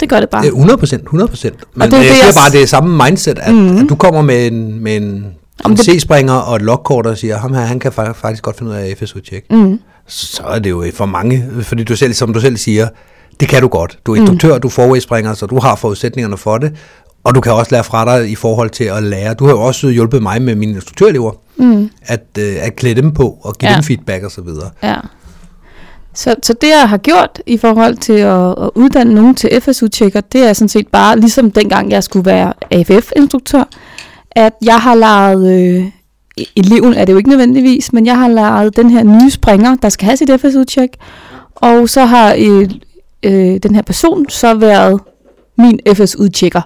C: Det gør det bare.
B: Det er 100 procent, 100 procent. Men det,
C: det er
B: jeg
C: det,
B: siger
C: jeg- Mhm.
B: bare, det er samme mindset, at, mm-hmm. at du kommer med en, med en, en
C: Om det-
B: C-springer og et logkort og siger, ham her, han kan fa- faktisk godt finde ud af FSU-tjek.
C: Mm.
B: Så er det jo for mange, fordi du selv, som du selv siger, det kan du godt. Du er
C: Mhm.
B: instruktør, mm. du er forwayspringer, så du har forudsætningerne for det, og du kan også lære fra dig i forhold til at lære. Du har jo også hjulpet mig med mine instruktørelever, mm. at, øh, at klæde dem på og give ja.
C: Mhm. Ja.
B: dem feedback osv. videre.
C: Ja. Så, så det, jeg har gjort i forhold til at, at uddanne nogen til FSU-tjekker, det er sådan set bare, ligesom dengang jeg skulle være AFF-instruktør, at jeg har lejet, øh, e- eleven er det jo ikke nødvendigvis, men jeg har lejet den her nye springer, der skal have sit FSU-tjek, og så har øh, øh, den her person så været min FSU-tjekker.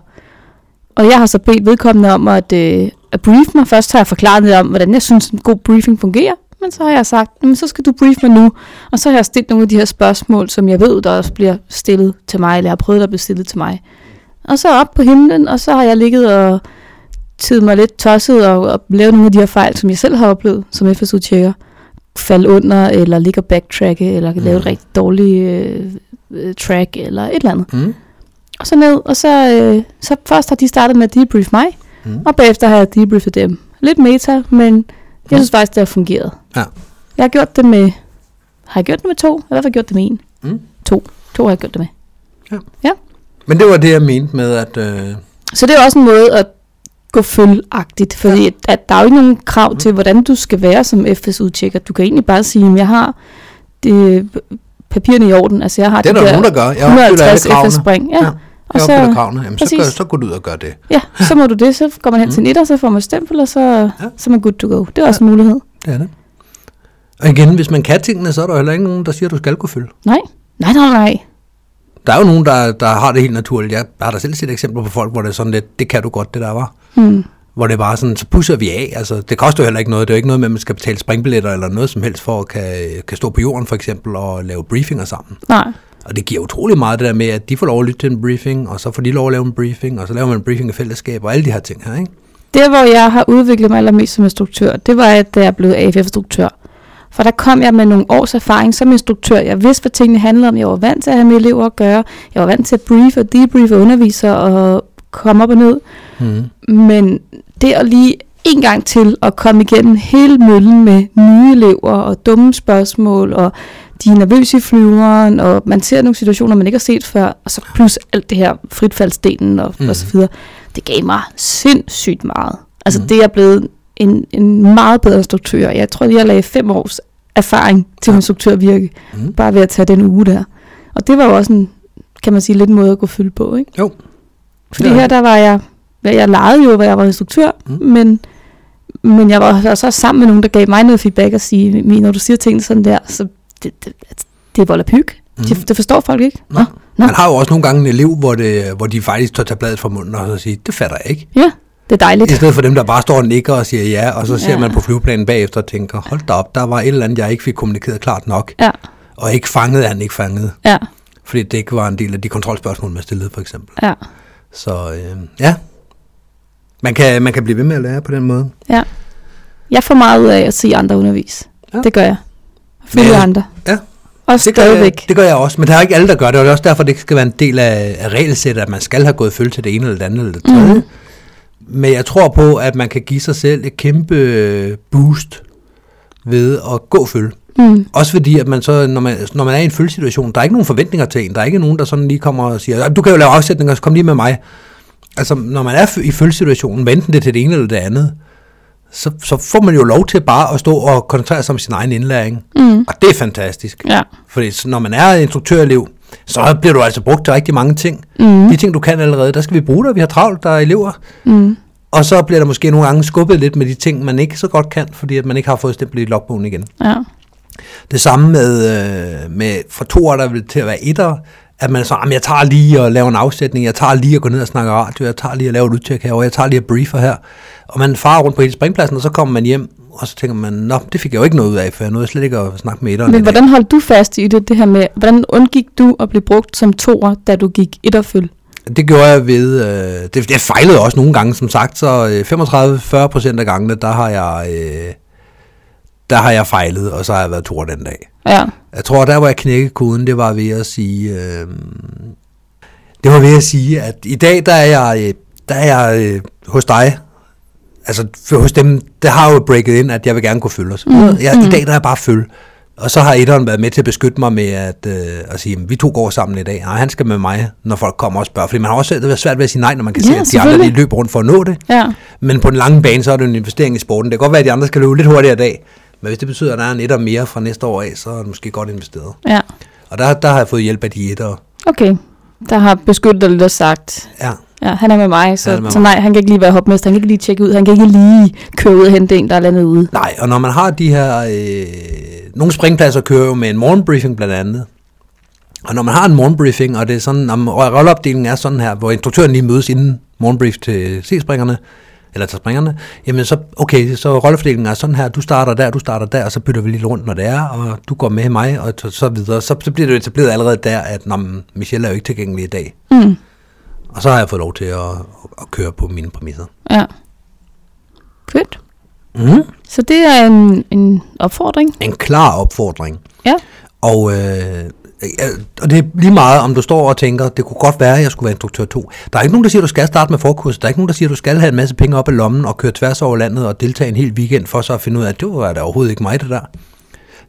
C: Og jeg har så bedt vedkommende om at, øh, at brief mig. Først har jeg forklaret lidt om, hvordan jeg synes, en god briefing fungerer. Men så har jeg sagt, "Jamen, så skal du brief mig nu. Og så har jeg stillet nogle af de her spørgsmål, som jeg ved, der også bliver stillet til mig, eller jeg har prøvet, der bliver stillet til mig. Og så op på himlen, og så har jeg ligget og tidet mig lidt tosset og, og lavet nogle af de her fejl, som jeg selv har oplevet som FSU-tjekker. Falde under, eller ligge og backtracke, eller mm. lave et rigtig dårligt øh, øh, track, eller et eller andet.
B: Mm.
C: Og så ned, og så, øh, så først har de startet med at debrief mig,
B: Mm.
C: mm. og bagefter har jeg debriefet dem. Lidt meta, men
B: Ja.
C: jeg synes faktisk, det har fungeret.
B: Ja.
C: Jeg har gjort det med, har jeg gjort det med to? Jeg har i hvert fald gjort det med en.
B: Mm.
C: To. To har jeg gjort det med.
B: Men det var det, jeg mente med, at... Øh,
C: Så det er også en måde at gå følgagtigt, fordi ja. at, at der er jo ikke nogen krav mm. til, hvordan du skal være som FS-udtjekker. Du kan egentlig bare sige, at jeg har det, papirerne i orden. Altså jeg har
B: det er
C: de
B: der
C: der
B: nogen, der gør. Jeg opfylder alle
C: 150
B: kravene.
C: FS-spring. Ja.
B: Ja.
C: ja.
B: Jeg
C: Og så,
B: opfylder kravene. Jamen, så,
C: Præcis.
B: gør, så går du ud og gør det.
C: ja, så må du det, så går man hen til en etter, så får man stempel, og så,
B: Ja.
C: ja. så er man good to go. Det er også en mulighed.
B: Det er det. Og igen, hvis man kan tingene, så er der heller ikke nogen, der siger, at du skal kunne fylde.
C: Nej, nej, nej, nej.
B: Der er jo nogen, der, der har det helt naturligt. Jeg har da selv set eksempler på folk, hvor det er sådan lidt, det kan du godt, det der var.
C: Hmm.
B: Hvor det bare sådan, så pusser vi af. Altså, det koster jo heller ikke noget. Det er jo ikke noget med, at man skal betale springbilletter eller noget som helst for at kan, kan stå på jorden for eksempel og lave briefinger sammen.
C: Nej,
B: Og det giver utrolig meget det der med, at de får lov at lytte til en briefing, og så får de lov at lave en briefing, og så laver man en briefing i fællesskab og alle de her ting her, ikke?
C: Det, hvor jeg har udviklet mig allermest som instruktør, det var, at da jeg blev AFF-instruktør. For der kom jeg med nogle års erfaring som instruktør. Jeg vidste, hvad tingene handlede om. Jeg var vant til at have med elever at gøre. Jeg var vant til at briefe og debriefe underviser og komme op og ned.
B: Mm.
C: Men det at lige en gang til at komme igennem hele møllen med nye elever og dumme spørgsmål, og de er nervøse i flyveren, og man ser nogle situationer, man ikke har set før, og så plus alt det her fritfaldsdelen og, mm. og så videre. Det gav mig sindssygt meget. Altså mm. det er blevet en, en meget bedre instruktør. Jeg tror, jeg lagde fem års erfaring til ja. instruktørvirke,
B: Mm.
C: mm. bare ved at tage den uge der. Og det var jo også en, kan man sige, lidt en måde at gå fylde på, ikke?
B: Jo.
C: Fordi
B: Ja.
C: ja. her der var jeg, ja, jeg legede jo, hvor jeg var instruktør,
B: Mm.
C: mm. men, men jeg var så, så sammen med nogen, der gav mig noget feedback og sige, "Mi, når du siger ting sådan der, så det, det, det er vold og pyg. Mm. Det, det, forstår folk ikke.
B: Nå.
C: Nå.
B: Man har jo også nogle gange en elev, hvor, det, hvor de faktisk tør tage bladet fra munden og så sige, det fatter jeg ikke.
C: Ja, det er dejligt.
B: I stedet for dem, der bare står og nikker og siger ja, og så ser
C: Ja.
B: man på flyveplanen bagefter og tænker, hold da op, der var et eller andet, jeg ikke fik kommunikeret klart nok,
C: Ja,
B: og ikke fangede han ikke fangede,
C: ja,
B: fordi det ikke var en del af de kontrolspørgsmål, man stillede for eksempel.
C: ja,
B: Så øh, ja, man kan, man kan blive ved med at lære på den måde.
C: ja. Jeg får meget ud af at se andre undervis.
B: Ja.
C: Ja. Det gør jeg. Følge
B: Ja.
C: ja. andre.
B: Ja,
C: Og
B: det gør, jeg,
C: stadigvæk.
B: det gør jeg også, men der er ikke alle, der gør det, og det er også derfor, det ikke skal være en del af, af regelsættet, at man skal have gået følge til det ene eller det andet eller det
C: Mhm.
B: tredje. Mm. Men jeg tror på, at man kan give sig selv et kæmpe øh, boost ved at gå følge.
C: Mm.
B: Også fordi, at man så, når man, når man er i en følgesituation, der er ikke nogen forventninger til en. Der er ikke nogen, der sådan lige kommer og siger, "Ja, du kan jo lave afsætninger, så kom lige med mig. Altså, når man er fø- i følgesituationen, hvad enten det er til det ene eller det andet, så, så får man jo lov til bare at stå og koncentrere sig om sin egen indlæring.
C: Mm.
B: Og det er fantastisk.
C: Ja.
B: Fordi så når man er instruktørelev, så bliver du altså brugt til rigtig mange ting.
C: Mm.
B: De ting, du kan allerede, der skal vi bruge dig. Vi har travlt, der er elever.
C: Mm.
B: Og så bliver der måske nogle gange skubbet lidt med de ting, man ikke så godt kan, fordi at man ikke har fået stemplet i logbogen igen.
C: Ja.
B: Det samme med, øh, med fra to der vil til at være etter, at man så, "Jamen, jeg tager lige og laver en afsætning, jeg tager lige og går ned og snakker radio, jeg tager lige og laver et udtjek herovre, jeg tager lige og briefer her. Og man farer rundt på hele springpladsen, og så kommer man hjem, og så tænker man, nå, det fik jeg jo ikke noget ud af, for jeg nåede slet ikke at snakke med etteren. i
C: Men
B: dag."
C: hvordan holdt du fast i det, det her med, hvordan undgik du at blive brugt som toer, da du gik et og følge?
B: Det gjorde jeg ved, øh, det, det fejlede også nogle gange, som sagt, så øh, 35-40 procent af gangene, der har jeg... Øh, der har jeg fejlet, og så har jeg været to den dag.
C: Ja.
B: Jeg tror, der hvor jeg knækkede koden, det var ved at sige, øh, det var ved at sige, at i dag, der er jeg, øh, der er jeg øh, hos dig, altså for, hos dem, der har jo breaket ind, at jeg vil gerne kunne følge os. Mm, jeg, I dag, der er jeg bare følge. Og så har etteren været med til at beskytte mig med at, øh, at sige, at vi to går sammen i dag. Nej, han skal med mig, når folk kommer og spørger. Fordi man har også det er svært ved at sige nej, når man kan
C: Ja,
B: se, at de andre de
C: selvfølgelig.
B: løber rundt for at nå det.
C: Ja.
B: Men på den lange bane, så er det en investering i sporten. Det kan godt være, at de andre skal løbe lidt hurtigere i dag. Men hvis det betyder, at der er en etter mere fra næste år af, så er det måske godt investeret.
C: Ja.
B: Og der, der har jeg fået hjælp af de etter.
C: Okay. Der har beskyttet dig lidt og sagt,
B: Ja,
C: ja, han er med mig, så,
B: Han
C: ja,
B: er med
C: så
B: mig.
C: nej, han kan ikke lige være hopmester, han kan ikke lige tjekke ud, han kan ikke lige køre ud og hente en, der er landet ude.
B: nej. Og når man har de her... Øh, nogle springpladser kører jo med en morgenbriefing blandt andet. Og når man har en morgenbriefing, og det er sådan, om rolleopdelingen er sådan her, hvor instruktøren lige mødes inden morgenbrief til C-springerne, eller tager springerne, jamen så, okay, så rollefordelingen er sådan her, du starter der, du starter der, og så bytter vi lige rundt, når det er, og du går med mig, og så, så videre. Så, så bliver det jo etableret allerede der, at nå, men Michelle er jo ikke tilgængelig i dag.
C: Mm.
B: Og så har jeg fået lov til at, at køre på mine præmisser.
C: Ja. Fedt.
B: Mm.
C: Så det er en, en opfordring.
B: En klar opfordring.
C: Ja.
B: Og, øh, øh, og det er lige meget, om du står og tænker, det kunne godt være, at jeg skulle være instruktør 2. Der er ikke nogen, der siger, at du skal starte med forkurset. Der er ikke nogen, der siger, at du skal have en masse penge op i lommen og køre tværs over landet og deltage en hel weekend for så at finde ud af, at det var da overhovedet ikke mig, det der.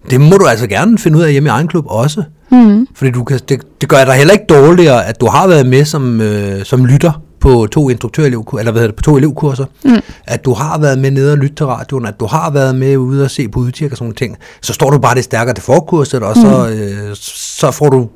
B: Det må du altså gerne finde ud af hjemme i egen klub også. Mm. Fordi du kan, det, det gør dig heller ikke dårligere, at du har været med som, øh, som lytter på to instruktørelev, eller hvad hedder det, på to elevkurser, mm. at du har været med nede og lytte til radioen, at du har været med ude og se på udkig og sådan nogle ting, så står du bare det stærkere til forkurset, og så, øh, så får du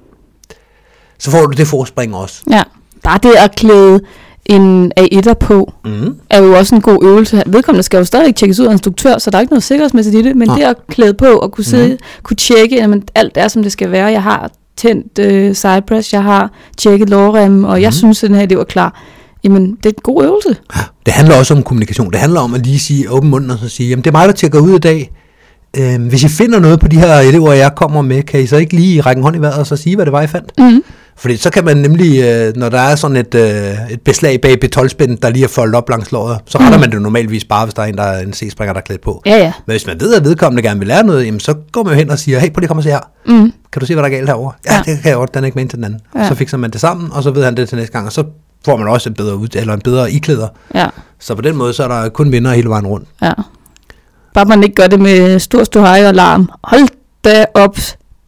B: så får du det forspring også.
C: Ja. Bare det at klæde en A1'er på, mm. er jo også en god øvelse. Vedkommende skal jo stadigvæk tjekkes ud af en instruktør, så der er ikke noget sikkerhedsmæssigt i det, men
B: Nej.
C: det at klæde på og kunne, sidde, mm. kunne tjekke, at alt er, som det skal være. Jeg har tændt øh, sidepress, jeg har tjekket lårremmen, og mm. jeg synes, at den her elev er klar. Jamen, det er en god øvelse.
B: Det handler også om kommunikation. Det handler om at lige sige åben mund og så sige, jamen det er mig, der tjekker ud i dag. Øhm, hvis I finder noget på de her elever, jeg kommer med, kan I så ikke lige række en hånd i vejret og så sige, hvad det var, I fandt? Mm. Fordi så kan man nemlig, øh, når der er sådan et, øh, et beslag bag betolspænden, der lige er foldet op langs låret, så retter man det normalvis bare, hvis der er en, der er en C-springer, der er klædt på.
C: Ja, ja.
B: Men hvis man ved, at vedkommende gerne vil lære noget, jamen, så går man jo hen og siger, hey, prøv lige at komme og se her.
C: Mm.
B: Kan du se, hvad der er galt herovre? Ja,
C: Ja.
B: ja. det kan jeg godt, den er ikke med ind til den anden. Ja.
C: Ja.
B: Og så fikser man det sammen, og så ved han det til næste gang, og så får man også en bedre, ud, eller en bedre iklæder.
C: Ja,
B: Så på den måde, så er der kun vinder hele vejen rundt.
C: ja. Bare man ikke gør det med stor ståhej og larm. Hold da op.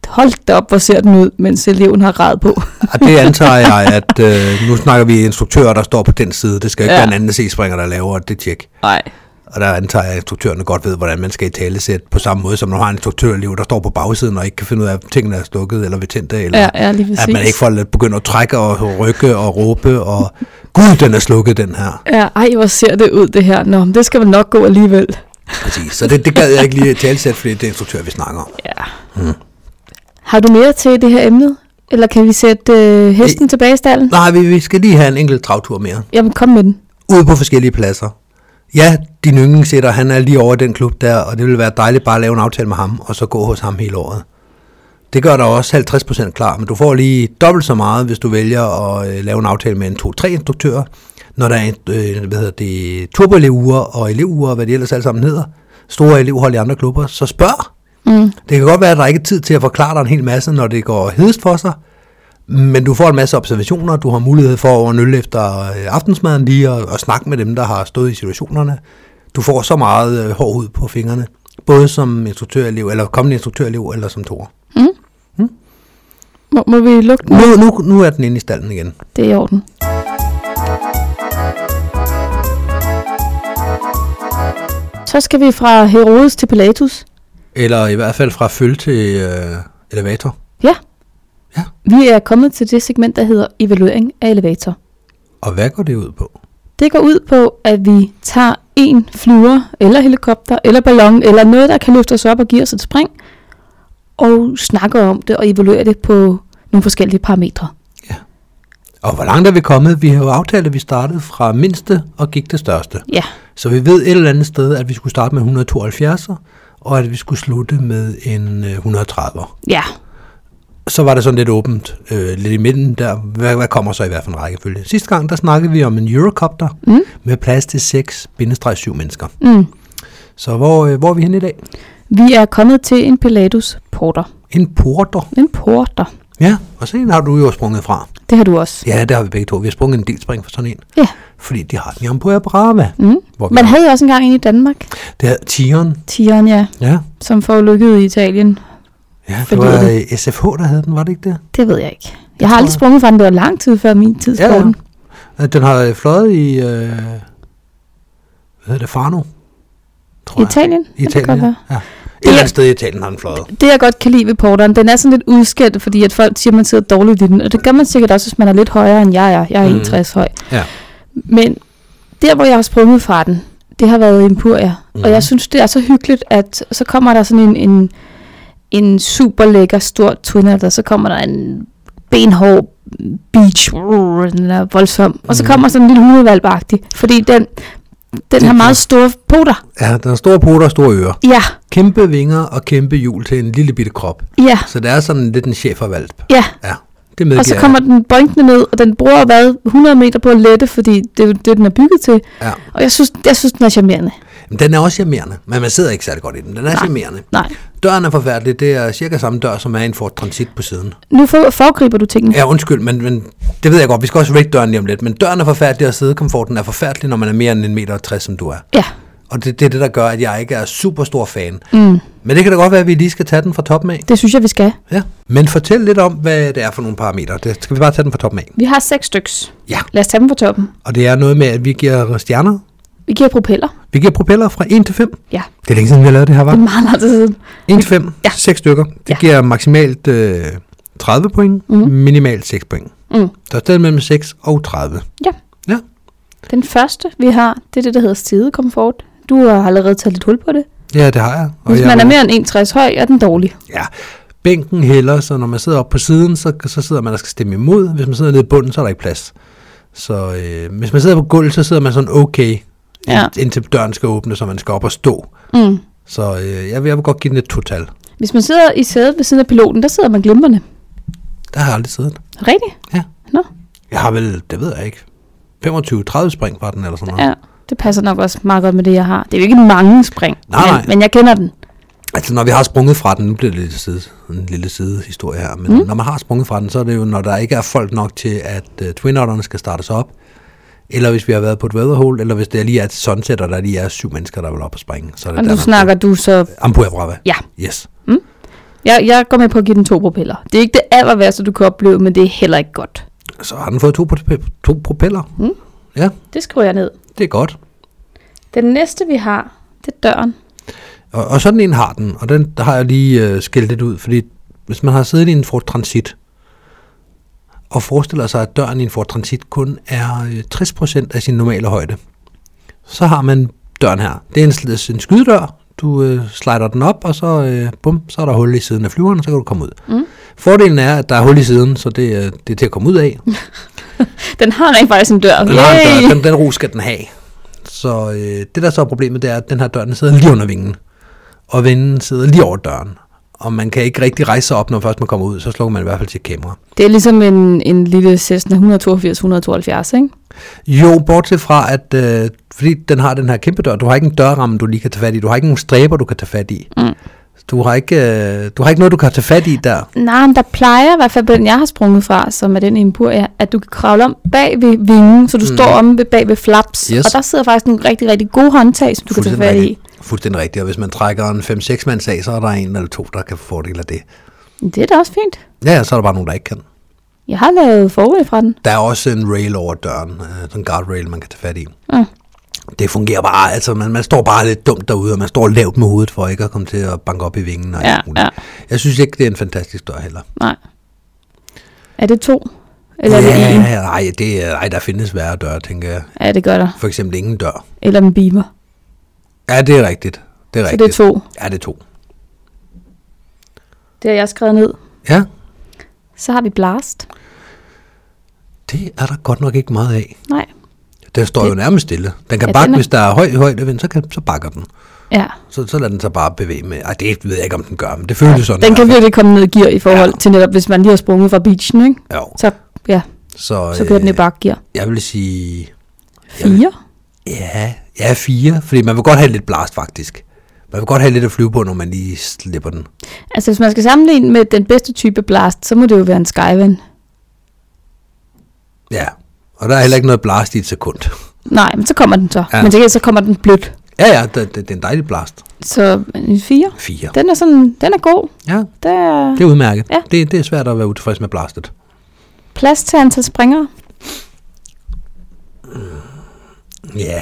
C: Hold da op, hvor ser den ud, mens eleven har ræd på.
B: Og det antager jeg, at øh, nu snakker vi instruktører, der står på den side. Det skal jo ikke
C: Ja.
B: ja. være en anden C-springer, der laver det tjek.
C: Nej.
B: Og der antager jeg, at instruktørerne godt ved, hvordan man skal i talesæt på samme måde, som når man har en instruktørliv, der står på bagsiden og ikke kan finde ud af, om tingene er stukket eller betændte, eller
C: Ja, ja, lige præcis.
B: at man ikke får lidt begyndt at trække og rykke og råbe, og gud, den er slukket, den her.
C: Ja, ej, hvor ser det ud, det her. Nå, men det skal vel nok gå alligevel.
B: Præcis. Så det, det gad jeg ikke lige i talesæt, fordi det er instruktør, vi snakker om.
C: Ja. Mm. Har du mere til det her emne? Eller kan vi sætte øh, hesten tilbage i stallen?
B: Nej, vi, vi skal lige have en enkelt travtur mere.
C: Jamen, kom med den.
B: ude på forskellige pladser. Ja, din yndlingssætter, han er lige over i den klub der, og det ville være dejligt bare at lave en aftale med ham, og så gå hos ham hele året. Det gør dig også 50% klar, men du får lige dobbelt så meget, hvis du vælger at øh, lave en aftale med en 2-3 instruktør, når der er øh, hvad hedder det, turboelevuger og elevuger, og hvad det ellers alt sammen hedder, store elevhold i andre klubber, så spørg.
C: Mm.
B: Det kan godt være, at der ikke er tid til at forklare dig en hel masse, når det går hedest for sig, men du får en masse observationer, du har mulighed for over en øl efter øh, aftensmaden lige at, at snakke med dem, der har stået i situationerne. Du får så meget øh, hård ud på fingrene, både som instruktørelev, eller kommende instruktørelev, eller som toer.
C: Mm? Må, må vi lukke den?
B: Mm. Nu, nu, nu er den inde i stallen igen.
C: Det er i orden. Så skal vi fra Herodes til Pilatus.
B: Eller i hvert fald fra følge til øh, elevator.
C: Ja.
B: Ja.
C: Vi er kommet til det segment, der hedder evaluering af elevator.
B: Og hvad går det ud på?
C: Det går ud på, at vi tager en flyver, eller helikopter, eller ballon, eller noget, der kan løfte os op og give os et spring, og snakker om det og evaluerer det på nogle forskellige parametre.
B: Og hvor langt er vi kommet? Vi har jo aftalt, at vi startede fra mindste og gik til største.
C: Ja,
B: Så vi ved et eller andet sted, at vi skulle starte med 172'er, og at vi skulle slutte med en øh, 130'er.
C: ja,
B: så var det sådan lidt åbent, øh, lidt i midten der. Hvad, hvad kommer så i hvert fald en rækkefølge? Sidste gang, der snakkede vi om en Eurocopter mm. med plads til 6-7 mennesker.
C: Mm.
B: Så hvor, øh, hvor er vi henne i dag?
C: vi er kommet til en Pilatus porter.
B: En porter.
C: En porter.
B: Ja, og sådan en har du jo sprunget fra.
C: Det har du også.
B: Ja, det har vi begge to. Vi har sprunget en del spring for sådan en.
C: Ja.
B: Fordi de har den i Ampere Brava.
C: Mm.
B: Hvor vi
C: Man
B: har,
C: havde også engang en i Danmark.
B: det havde Tigeren.
C: Tion, ja,
B: Ja,
C: som forulykkede i Italien.
B: ja det
C: Fordi
B: var
C: det-
B: øh, SFH, der havde den, var det ikke det?
C: Det ved jeg ikke. Jeg har
B: tror
C: aldrig
B: jeg.
C: sprunget fra den, det var lang tid før min tid
B: Ja, ja.
C: sporten.
B: Øh, Den har øh, fløjet i, øh, hvad hedder det, Farno? Tror jeg.
C: Italien? Ja, det kan
B: Italien,
C: godt være.
B: ja. ja. Et eller andet sted i Italien har den fløjet.
C: det jeg godt kan lide ved porteren, den er sådan lidt udskilt, fordi at folk siger, at man sidder dårligt i den. Og det gør man sikkert også, hvis man er lidt højere end jeg er. Jeg er
B: Mhm.
C: 61 høj.
B: Ja.
C: Men der, hvor jeg har sprunget fra den, det har været i Empuria. Og jeg synes, det er så hyggeligt, at så kommer der sådan en, en, en super lækker stor twinner, der så kommer der en benhård beach, uh, den er voldsom. Og så kommer sådan en lille hundevalgagtig, fordi den, Den har meget store poter.
B: Ja, den har store poter og store ører.
C: Ja,
B: Kæmpe vinger og kæmpe hjul til en lille bitte krop.
C: ja,
B: Så det er sådan lidt en chef og valp.
C: ja.
B: Ja, det medgiver
C: Og så
B: jeg.
C: kommer den bønkende ned, og den bruger hvad, 100 meter på at lette, fordi det er jo det, den er bygget til.
B: Ja.
C: Og jeg synes, jeg synes den er charmerende.
B: Men Den er også charmerende, men man sidder ikke særlig godt i den. Den er charmerende.
C: Nej.
B: Døren er forfærdelig. Det er cirka samme dør, som er en Ford Transit på siden.
C: Nu for, foregriber du tingene.
B: Ja, undskyld, men, men det ved jeg godt. Vi skal også rate døren lige om lidt. Men døren er forfærdelig, og sædekomforten er forfærdelig, når man er mere end 1,60 meter, som du er.
C: Ja.
B: Og det, det er det, der gør, at jeg ikke er super stor fan. Mm. Men det kan da godt være, at vi lige skal tage den fra toppen af.
C: Det synes jeg, vi skal.
B: Ja. Men fortæl lidt om, hvad det er for nogle parametre. Det skal vi bare tage den fra toppen af.
C: Vi har seks styks.
B: Ja,
C: Lad os tage dem fra toppen.
B: og det er noget med, at vi giver stjerner.
C: Vi giver propeller.
B: Vi giver propeller fra 1 til 5.
C: Ja,
B: Det er længe siden, vi har lavet det her,
C: det
B: var?
C: er meget lang tid siden.
B: 1 til 5,
C: Ja.
B: 6 stykker. Det
C: Ja. Mhm.
B: giver maksimalt øh, 30 point, mm. minimalt 6 point.
C: Mm.
B: Så stedet mellem 6 og 30.
C: Ja.
B: Ja.
C: Den første, vi har, det er det, der hedder sidekomfort. Du har allerede taget lidt hul på det.
B: Ja, det har jeg.
C: Hvis
B: jeg
C: man er
B: jo-
C: mere end 1,60 høj, er den dårlig.
B: Ja, bænken hælder, så når man sidder op på siden, så, så sidder man og skal stemme imod. Hvis man sidder nede i bunden, så er der ikke plads. Så øh, hvis man sidder på gulvet, så sidder man sådan okay,
C: Ja.
B: ja. indtil døren skal åbne, så man skal op og stå.
C: Mm.
B: Så øh, jeg, vil, jeg vil godt give den et total.
C: Hvis man sidder i sædet ved siden af piloten, der sidder man glimrende.
B: Der har jeg aldrig siddet.
C: Rigtigt?
B: Ja.
C: Nå,
B: Jeg har vel, det ved jeg ikke, 25-30 spring fra den eller sådan noget.
C: ja. Det passer nok også meget godt med det, jeg har. Det er jo ikke mange spring,
B: Nej,
C: men,
B: nej.
C: men jeg kender den.
B: Altså når vi har sprunget fra den, nu bliver det lidt side, en lille sidehistorie her, men mm. når man har sprunget fra den, så er det jo, når der ikke er folk nok til, at uh, twin otterne skal startes op, eller hvis vi har været på et weatherhole, eller hvis det lige er et sunset, og der lige er syv mennesker, der vil op og springe. Så er det
C: Og
B: der,
C: nu
B: man-
C: snakker du så...
B: Ampua Brava.
C: Ja,
B: Yes.
C: jeg, jeg går med på at give den to propeller. Det er ikke det aller værste, du kan opleve, men det er heller ikke godt.
B: Så har den fået to, pro- to propeller.
C: Mm.
B: Ja,
C: Det skriver jeg ned.
B: det er godt.
C: Den næste, vi har, det er døren.
B: Og, og sådan en har den, og den har jeg lige øh, skældt lidt ud, fordi hvis man har siddet i en Ford Transit, og forestiller sig, at døren i en Ford Transit kun er øh, 60% af sin normale højde, så har man døren her. Det er en, sl- en skydedør, du øh, slider den op, og så, øh, bum, så er der hul i siden af flyveren, og så kan du komme ud. Mm. Fordelen er, at der er hul i siden, så det, øh, det er til at komme ud af.
C: Den har rent faktisk en dør.
B: Den, har en
C: Yay!
B: dør, den, den ro skal den have. Så øh, det der så er problemet, det er, at den her dør, den sidder lige under vingen. Og vinden sidder lige over døren. Og man kan ikke rigtig rejse sig op, når først man kommer ud. Så slukker man i hvert fald sit kamera.
C: Det er ligesom en, en lille Cessna 182-172, ikke?
B: Jo, bortset fra, at øh, fordi den har den her kæmpe dør, du har ikke en dørramme, du lige kan tage fat i. Du har ikke nogen stræber, du kan tage fat i. Mm. Du, har ikke, øh, du har ikke noget, du kan tage fat i der.
C: Nej, men der plejer i hvert fald på den, jeg har sprunget fra, som er den i Empuria, at du kan kravle om bag ved vingen, så du mm. står om ved- bag ved flaps.
B: Yes.
C: Og der sidder faktisk nogle rigtig, rigtig gode håndtag, som du kan tage fat i.
B: rigtigt. Fuldstændig rigtigt. Og hvis man trækker en 5-6 mands af, så er der en eller to, der kan få fordel af det.
C: Det er da også fint.
B: Ja, ja, så er der bare nogen, der ikke kan.
C: Jeg har lavet forud fra den.
B: Der er også en rail over døren, øh, sådan en guardrail, man kan tage fat i.
C: Mm.
B: Det fungerer bare, altså man, man står bare lidt dumt derude, og man står lavt med hovedet for ikke at komme til at banke op i vingen. Og
C: Ja,
B: alt muligt.
C: ja.
B: Jeg synes ikke, det er en fantastisk dør heller.
C: Nej. Er det to? Eller er det
B: ja,
C: en?
B: ja, nej, det, er- nej, der findes værre døre, tænker jeg.
C: Ja, det gør der.
B: For eksempel ingen dør.
C: Eller en beamer.
B: Ja, det er rigtigt. Det er
C: Så det er
B: rigtigt.
C: to.
B: Ja, det er to.
C: Det har jeg skrevet ned.
B: Ja,
C: Så har vi blast.
B: det er der godt nok ikke meget af.
C: Nej.
B: Den står det, jo nærmest stille. Den kan
C: Ja,
B: ja, bakke,
C: den er-
B: hvis der er høj højdevind, så, kan, så bakker den.
C: Ja.
B: Så, så lader den sig bare bevæge med. Ej, det ved jeg ikke, om den gør, men det føles sådan. i
C: Den
B: hvert
C: kan
B: fald.
C: virkelig komme ned i gear i forhold
B: Ja.
C: ja. til netop, hvis man lige har sprunget fra beachen, ikke?
B: Jo,
C: Så, ja,
B: så,
C: så kører den i bakgear.
B: Jeg vil sige,
C: Fire?
B: ja, ja fire, fordi man vil godt have lidt blast faktisk. Man vil godt have lidt at flyve på, når man lige slipper den.
C: Altså, hvis man skal sammenligne med den bedste type blast, så må det jo være en Skyvan.
B: Ja, og der er heller ikke noget blast i et sekund.
C: Nej, men så kommer den så.
B: Ja.
C: Ja. Men til gengæld så kommer den blødt.
B: Ja, ja, det, det, det er en dejlig blast.
C: Så en fire.
B: Fire.
C: Den er sådan, den er god.
B: Ja,
C: Der er
B: det er udmærket.
C: Ja.
B: Det, det er svært at være utilfreds med blastet.
C: plads til antal springere.
B: Ja,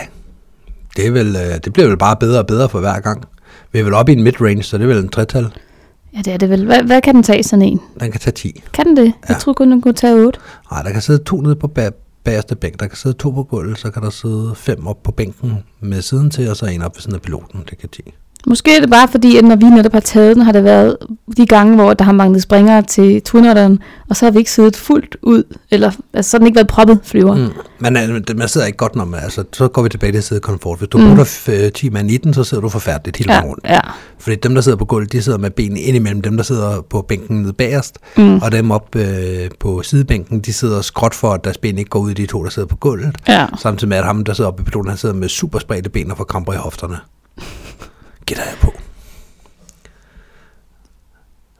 B: det, er vel, øh, det bliver vel bare bedre og bedre for hver gang. Vi er vel oppe i en midrange, så det er vel en tretal.
C: Ja, det er det vel. Hvad, hvad kan den tage sådan en?
B: Den kan tage 10.
C: Kan den det? Ja. Jeg troede kun, den kunne tage otte.
B: Nej, der kan sidde to nede på bag, bagerste bænk. Der kan sidde to på gulvet, så kan der sidde fem op på bænken med siden til, og så en op ved siden af piloten. Det kan 10.
C: Måske er det bare fordi, at når vi netop har taget den, har det været de gange, hvor der har manglet springere til twinnerden, og så har vi ikke siddet fuldt ud, eller altså, så har den ikke været proppet flyver. Mm.
B: Mm. Man, er- det- man sidder ikke godt, når man, altså, så går vi tilbage til at sidde i komfort. Hvis du
C: Mm.
B: mm. putter øh, 10 mand i den, så sidder du forfærdeligt hele
C: Ja,
B: vejen rundt.
C: ja.
B: Fordi dem, der sidder på gulvet, de sidder med benene ind imellem dem, der sidder på bænken nede bagerst,
C: Mm.
B: og dem op øh, på sidebænken, de sidder skråt for, at deres ben ikke går ud i de to, der sidder på gulvet.
C: ja.
B: Samtidig med, at ham, der sidder oppe i piloten, han sidder med super spredte ben og får kramper i hofterne. Gætter jeg på.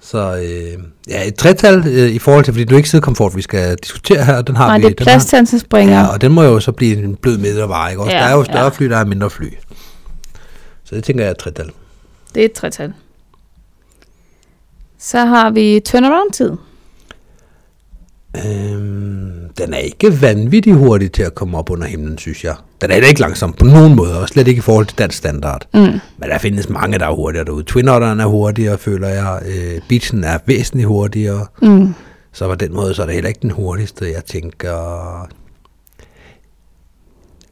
B: Så øh, ja, et tretal øh, i forhold til, fordi du ikke sidder komfort, vi skal diskutere her, den har
C: Nej,
B: vi.
C: det er
B: den
C: plads til, at han så springer.
B: Ja, og den må jo så blive en blød midtervare, ikke? Også,
C: Ja,
B: ja, der er jo større
C: ja.
B: ja. fly, der er mindre fly. Så det tænker jeg er et tretal.
C: Det er et tretal. Så har vi turnaround-tid.
B: Øhm, den er ikke vanvittig hurtig til at komme op under himlen, synes jeg. Den er heller ikke langsom på nogen måde, og slet ikke i forhold til dansk standard.
C: Mm.
B: Men der findes mange, der er hurtigere derude. Twin Otteren er hurtigere, føler jeg. Øh, beachen er væsentligt hurtigere.
C: Mm.
B: Så på den måde, så er det heller ikke den hurtigste. Jeg tænker...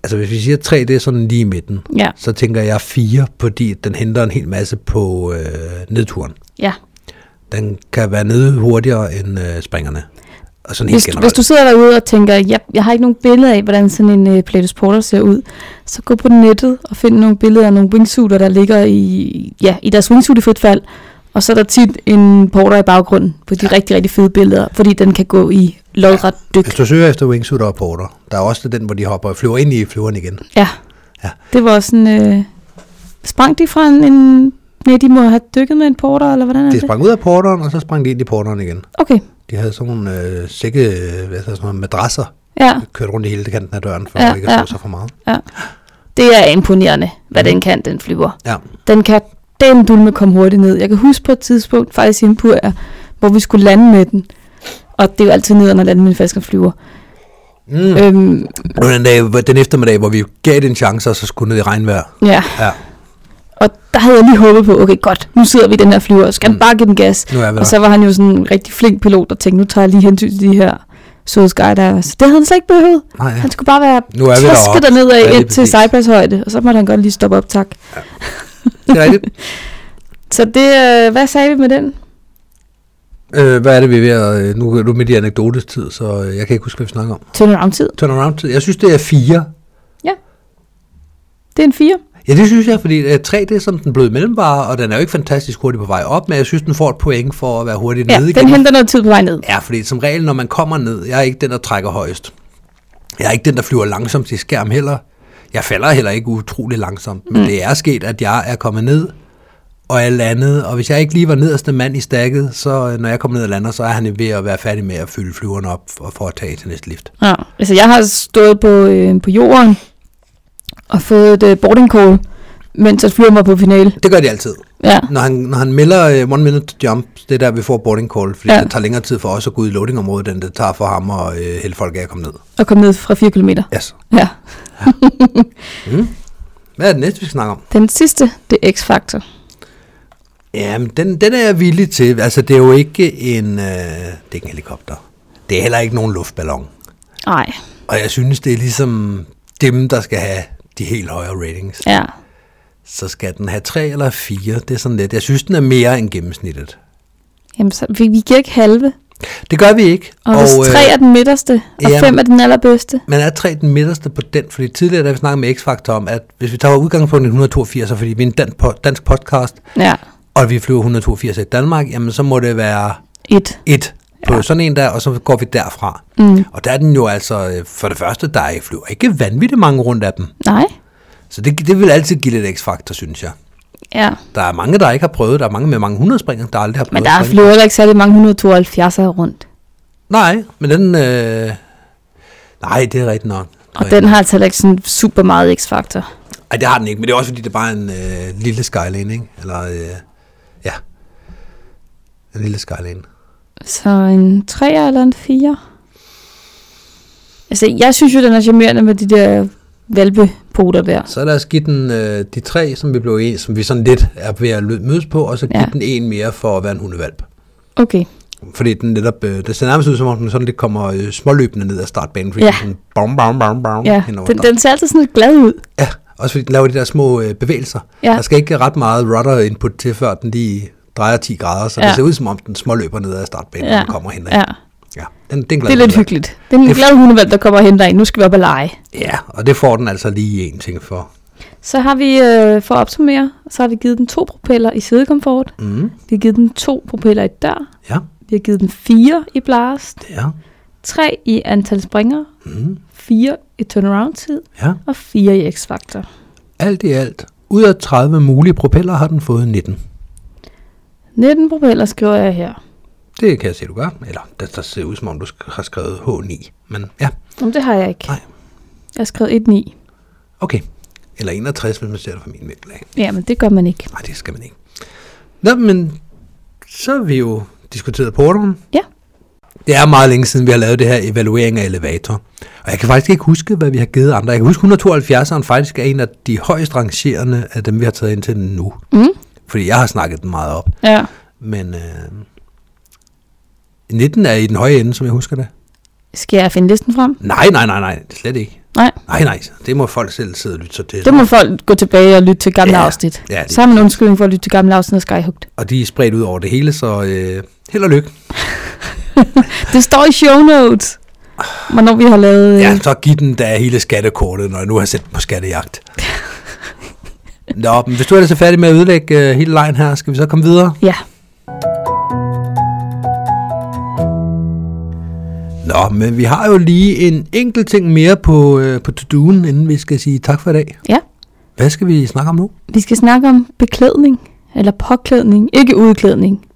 B: Altså hvis vi siger 3, det er sådan lige i midten.
C: Ja,
B: Så tænker jeg 4, fordi den henter en hel masse på øh, nedturen.
C: ja.
B: Den kan være nede hurtigere end øh, springerne. Og sådan helt
C: Hvis,
B: generelt.
C: hvis du sidder derude og tænker, ja, jeg har ikke nogen billede af, hvordan sådan en uh, Platus Porter ser ud, så gå på nettet og find nogle billeder af nogle wingsuiter, der ligger i, ja, i deres wingsuit i frit fald. Og så er der tit en porter i baggrunden på de ja. rigtig, rigtig fede billeder, fordi den kan gå i lodret dyk.
B: Hvis du søger efter wingsuit og porter, der er også den, hvor de hopper og flyver ind i flyveren igen.
C: Ja.
B: Ja.
C: Det var sådan, øh, sprang de fra en, en, nej, de må have dykket med en porter, eller hvordan er
B: De
C: det?
B: sprang ud af porteren, og så sprang de ind i porteren igen.
C: Okay,
B: De havde sådan nogle øh, sække, øh, hvad hedder sådan nogle madrasser,
C: ja.
B: kørt rundt i hele kanten af døren, for
C: Ja,
B: ja, ikke at
C: ja.
B: slå sig for meget.
C: Det er imponerende, hvad den kan, den flyver.
B: Ja.
C: Den kan den dulme komme hurtigt ned. Jeg kan huske på et tidspunkt, faktisk i en pur, hvor vi skulle lande med den. Og det er jo altid nederen at lande med en falskerflyver.
B: Mm. Øh.
C: Øhm,
B: Den, dag, hvor- den eftermiddag, hvor vi gav den chance, og så skulle ned i regnvejr.
C: ja,
B: Ja,
C: og der havde jeg lige håbet på, okay godt, nu sidder vi i den her flyver, og skal mm. bare give den gas.
B: nu er vi
C: Og
B: der.
C: så var han jo sådan en rigtig flink pilot, og tænkte, nu tager jeg lige hensyn til de her søde skydivers. Det havde han slet ikke behøvet.
B: Nej, ja.
C: Han skulle bare være
B: Nu er vi
C: tæsket
B: deroppe.
C: dernedad
B: Ja,
C: ja,
B: lige
C: ind til
B: præcis.
C: sejlpladshøjde, og så måtte han godt lige stoppe op, tak.
B: Det er rigtigt.
C: Så det, øh, hvad sagde vi med den?
B: Øh, hvad er det, vi er ved at... øh, Nu, nu er midt i anekdotestid, så øh, jeg kan ikke huske, hvad vi snakker om.
C: Turnaround-tid.
B: Turnaround-tid. Jeg synes, det er fire.
C: Det er en 4.
B: Ja, det synes jeg, fordi 3 det er sådan den bløde mellemvare, og den er jo ikke fantastisk hurtig på vej op, men jeg synes, den får et point for at være hurtig
C: Ja,
B: nede igen.
C: den henter noget tid på vej ned.
B: Ja, fordi som regel, når man kommer ned, jeg er ikke den, der trækker højest. Jeg er ikke den, der flyver langsomt i skærm heller. Jeg falder heller ikke utrolig langsomt, men mm. det er sket, at jeg er kommet ned, og jeg landede, og hvis jeg ikke lige var nederste mand i stakket, så øh, når jeg kommer ned og lander, så er han ved at være færdig med at fylde flyveren op og for at tage til næste lift.
C: Ja, altså jeg har stået på, øh, på jorden og fået et øh, boarding call, mens jeg flyver mig på finale.
B: Det gør de altid.
C: Ja,
B: Når han, når han melder uh, one minute jump, det er der, vi får boarding call, fordi
C: Ja.
B: ja. det tager længere tid for os at gå ud i loadingområdet, end det tager for ham at uh, hælde folk af at komme ned.
C: og kom ned fra 4 km.
B: Yes.
C: Ja.
B: Hvad er det næste, vi skal snakke om?
C: Den sidste, det er X-Factor.
B: Jamen, den, den er jeg villig til. Altså, det er jo ikke en, øh, det er ikke en helikopter. Det er heller ikke nogen luftballon.
C: Nej,
B: Og jeg synes, det er ligesom dem, der skal have de helt højere ratings.
C: ja.
B: Så skal den have tre eller fire. Det er sådan lidt. Jeg synes, den er mere end gennemsnittet.
C: Jamen, så, vi, vi giver ikke halve.
B: Det gør vi ikke.
C: Og, og hvis
B: øh,
C: tre er den midterste, og
B: jamen-
C: fem er den allerbedste.
B: Men er 3 den midterste på den? Fordi tidligere, da vi snakkede med X-Factor om, at hvis vi tager udgangspunkt i 182, så fordi vi er en dansk, po- dansk podcast,
C: Ja,
B: og vi flyver 182 i Danmark, jamen så må det være
C: et.
B: et på ja. sådan en der, og så går vi derfra.
C: Mm.
B: Og der er den jo altså, øh, for det første, der er- flyver ikke vanvittigt mange rundt af dem.
C: Nej,
B: Så det, det vil altid give lidt x-faktor, synes jeg.
C: ja.
B: Der er mange, der ikke har prøvet. Der er mange med mange hundrede springer, der aldrig har prøvet.
C: Men der
B: at springe.
C: flyver heller ikke særlig mange 172'ere rundt.
B: Nej, men den... Øh... Nej, det er rigtigt nok.
C: Og den har altså heller ikke sådan super meget X-Factor.
B: Ej, det har den ikke, men det er også fordi, det er bare en øh, lille skyline, ikke? Eller, øh, ja. En lille skyline.
C: Så en 3 eller en 4? Altså, jeg synes jo, den er charmerende med de der valpepoter der.
B: Så lad os give den øh, de tre, som vi blev en, som vi sådan lidt er ved at lø- mødes på, og så give
C: Ja.
B: ja. den en mere for at være en hundevalp.
C: Okay,
B: Fordi den netop, øh, det ser nærmest ud som om, den sådan lidt kommer øh, småløbende ned ad startbanen, fordi
C: Ja.
B: ja. den sådan bam, bam, bam, bam,
C: ja.
B: henover
C: Den,
B: starten.
C: den ser altid sådan lidt glad ud.
B: Ja, Også fordi den laver de der små øh, bevægelser.
C: Ja.
B: Der skal ikke ret meget rudder input til, før den lige drejer 10 grader, så ja.
C: Ja.
B: det ser ud som om den småløber ned ad startbanen, ja. når den kommer hen.
C: ja.
B: ja. Den, den
C: Det er lidt hyggeligt. Det er en
B: Det-
C: glad hundevalg, der kommer og henter en. Nu skal vi op og lege.
B: Ja, og det får den altså lige en ting for.
C: Så har vi, øh, for at opsummere, så har vi givet den to propeller i sidekomfort.
B: Mm.
C: Vi har givet den to propeller i dør.
B: Ja,
C: Vi har givet den fire i blast.
B: ja,
C: Tre i antal springer.
B: mm.
C: Fire i turnaround-tid.
B: ja.
C: Og fire i x-faktor.
B: Alt i alt, ud af 30 mulige propeller har den fået 19.
C: 19 propeller skriver jeg her.
B: Det kan jeg se, du gør. Eller det, der ser ud, som om du sk- har skrevet H9. Men ja,
C: Om det har jeg ikke.
B: Nej.
C: Jeg har skrevet 1-9.
B: okay. Eller 61, hvis man ser det fra min vinkel af.
C: Ja, men det gør man ikke.
B: Nej, det skal man ikke. Nå, men så har vi jo diskuteret porteren.
C: Ja.
B: Det er meget længe siden, vi har lavet det her evaluering af elevator. Og jeg kan faktisk ikke huske, hvad vi har givet andre. Jeg kan huske, 172'eren faktisk er en af de højst rangerende af dem, vi har taget ind til nu.
C: Mm.
B: Fordi jeg har snakket den meget op.
C: Ja.
B: Men øh, 19 er i den høje ende, som jeg husker det.
C: Skal jeg finde listen frem?
B: Nej, nej, nej, nej, slet ikke.
C: Nej.
B: Nej, nej, det må folk selv sidde og lytte sig til.
C: Det må folk gå tilbage og lytte til gamle
B: Ja,
C: afsnit.
B: ja, det-
C: så har man undskyldning for at lytte til gamle afsnit af Skyhugt.
B: Og de er spredt ud over det hele, så øh, held og lykke.
C: Det står i show notes, hvornår vi har lavet... øh,
B: Ja, så giv den da hele skattekortet, når jeg nu har sendt på skattejagt. Nå, men hvis du ellers er færdig med at ødelægge øh, hele lejen her, skal vi så komme videre?
C: ja.
B: Nå, men vi har jo lige en enkelt ting mere på, øh, på to-doen, inden vi skal sige tak for i dag.
C: Ja.
B: Hvad skal vi snakke om nu?
C: Vi skal snakke om beklædning, eller påklædning, ikke udklædning.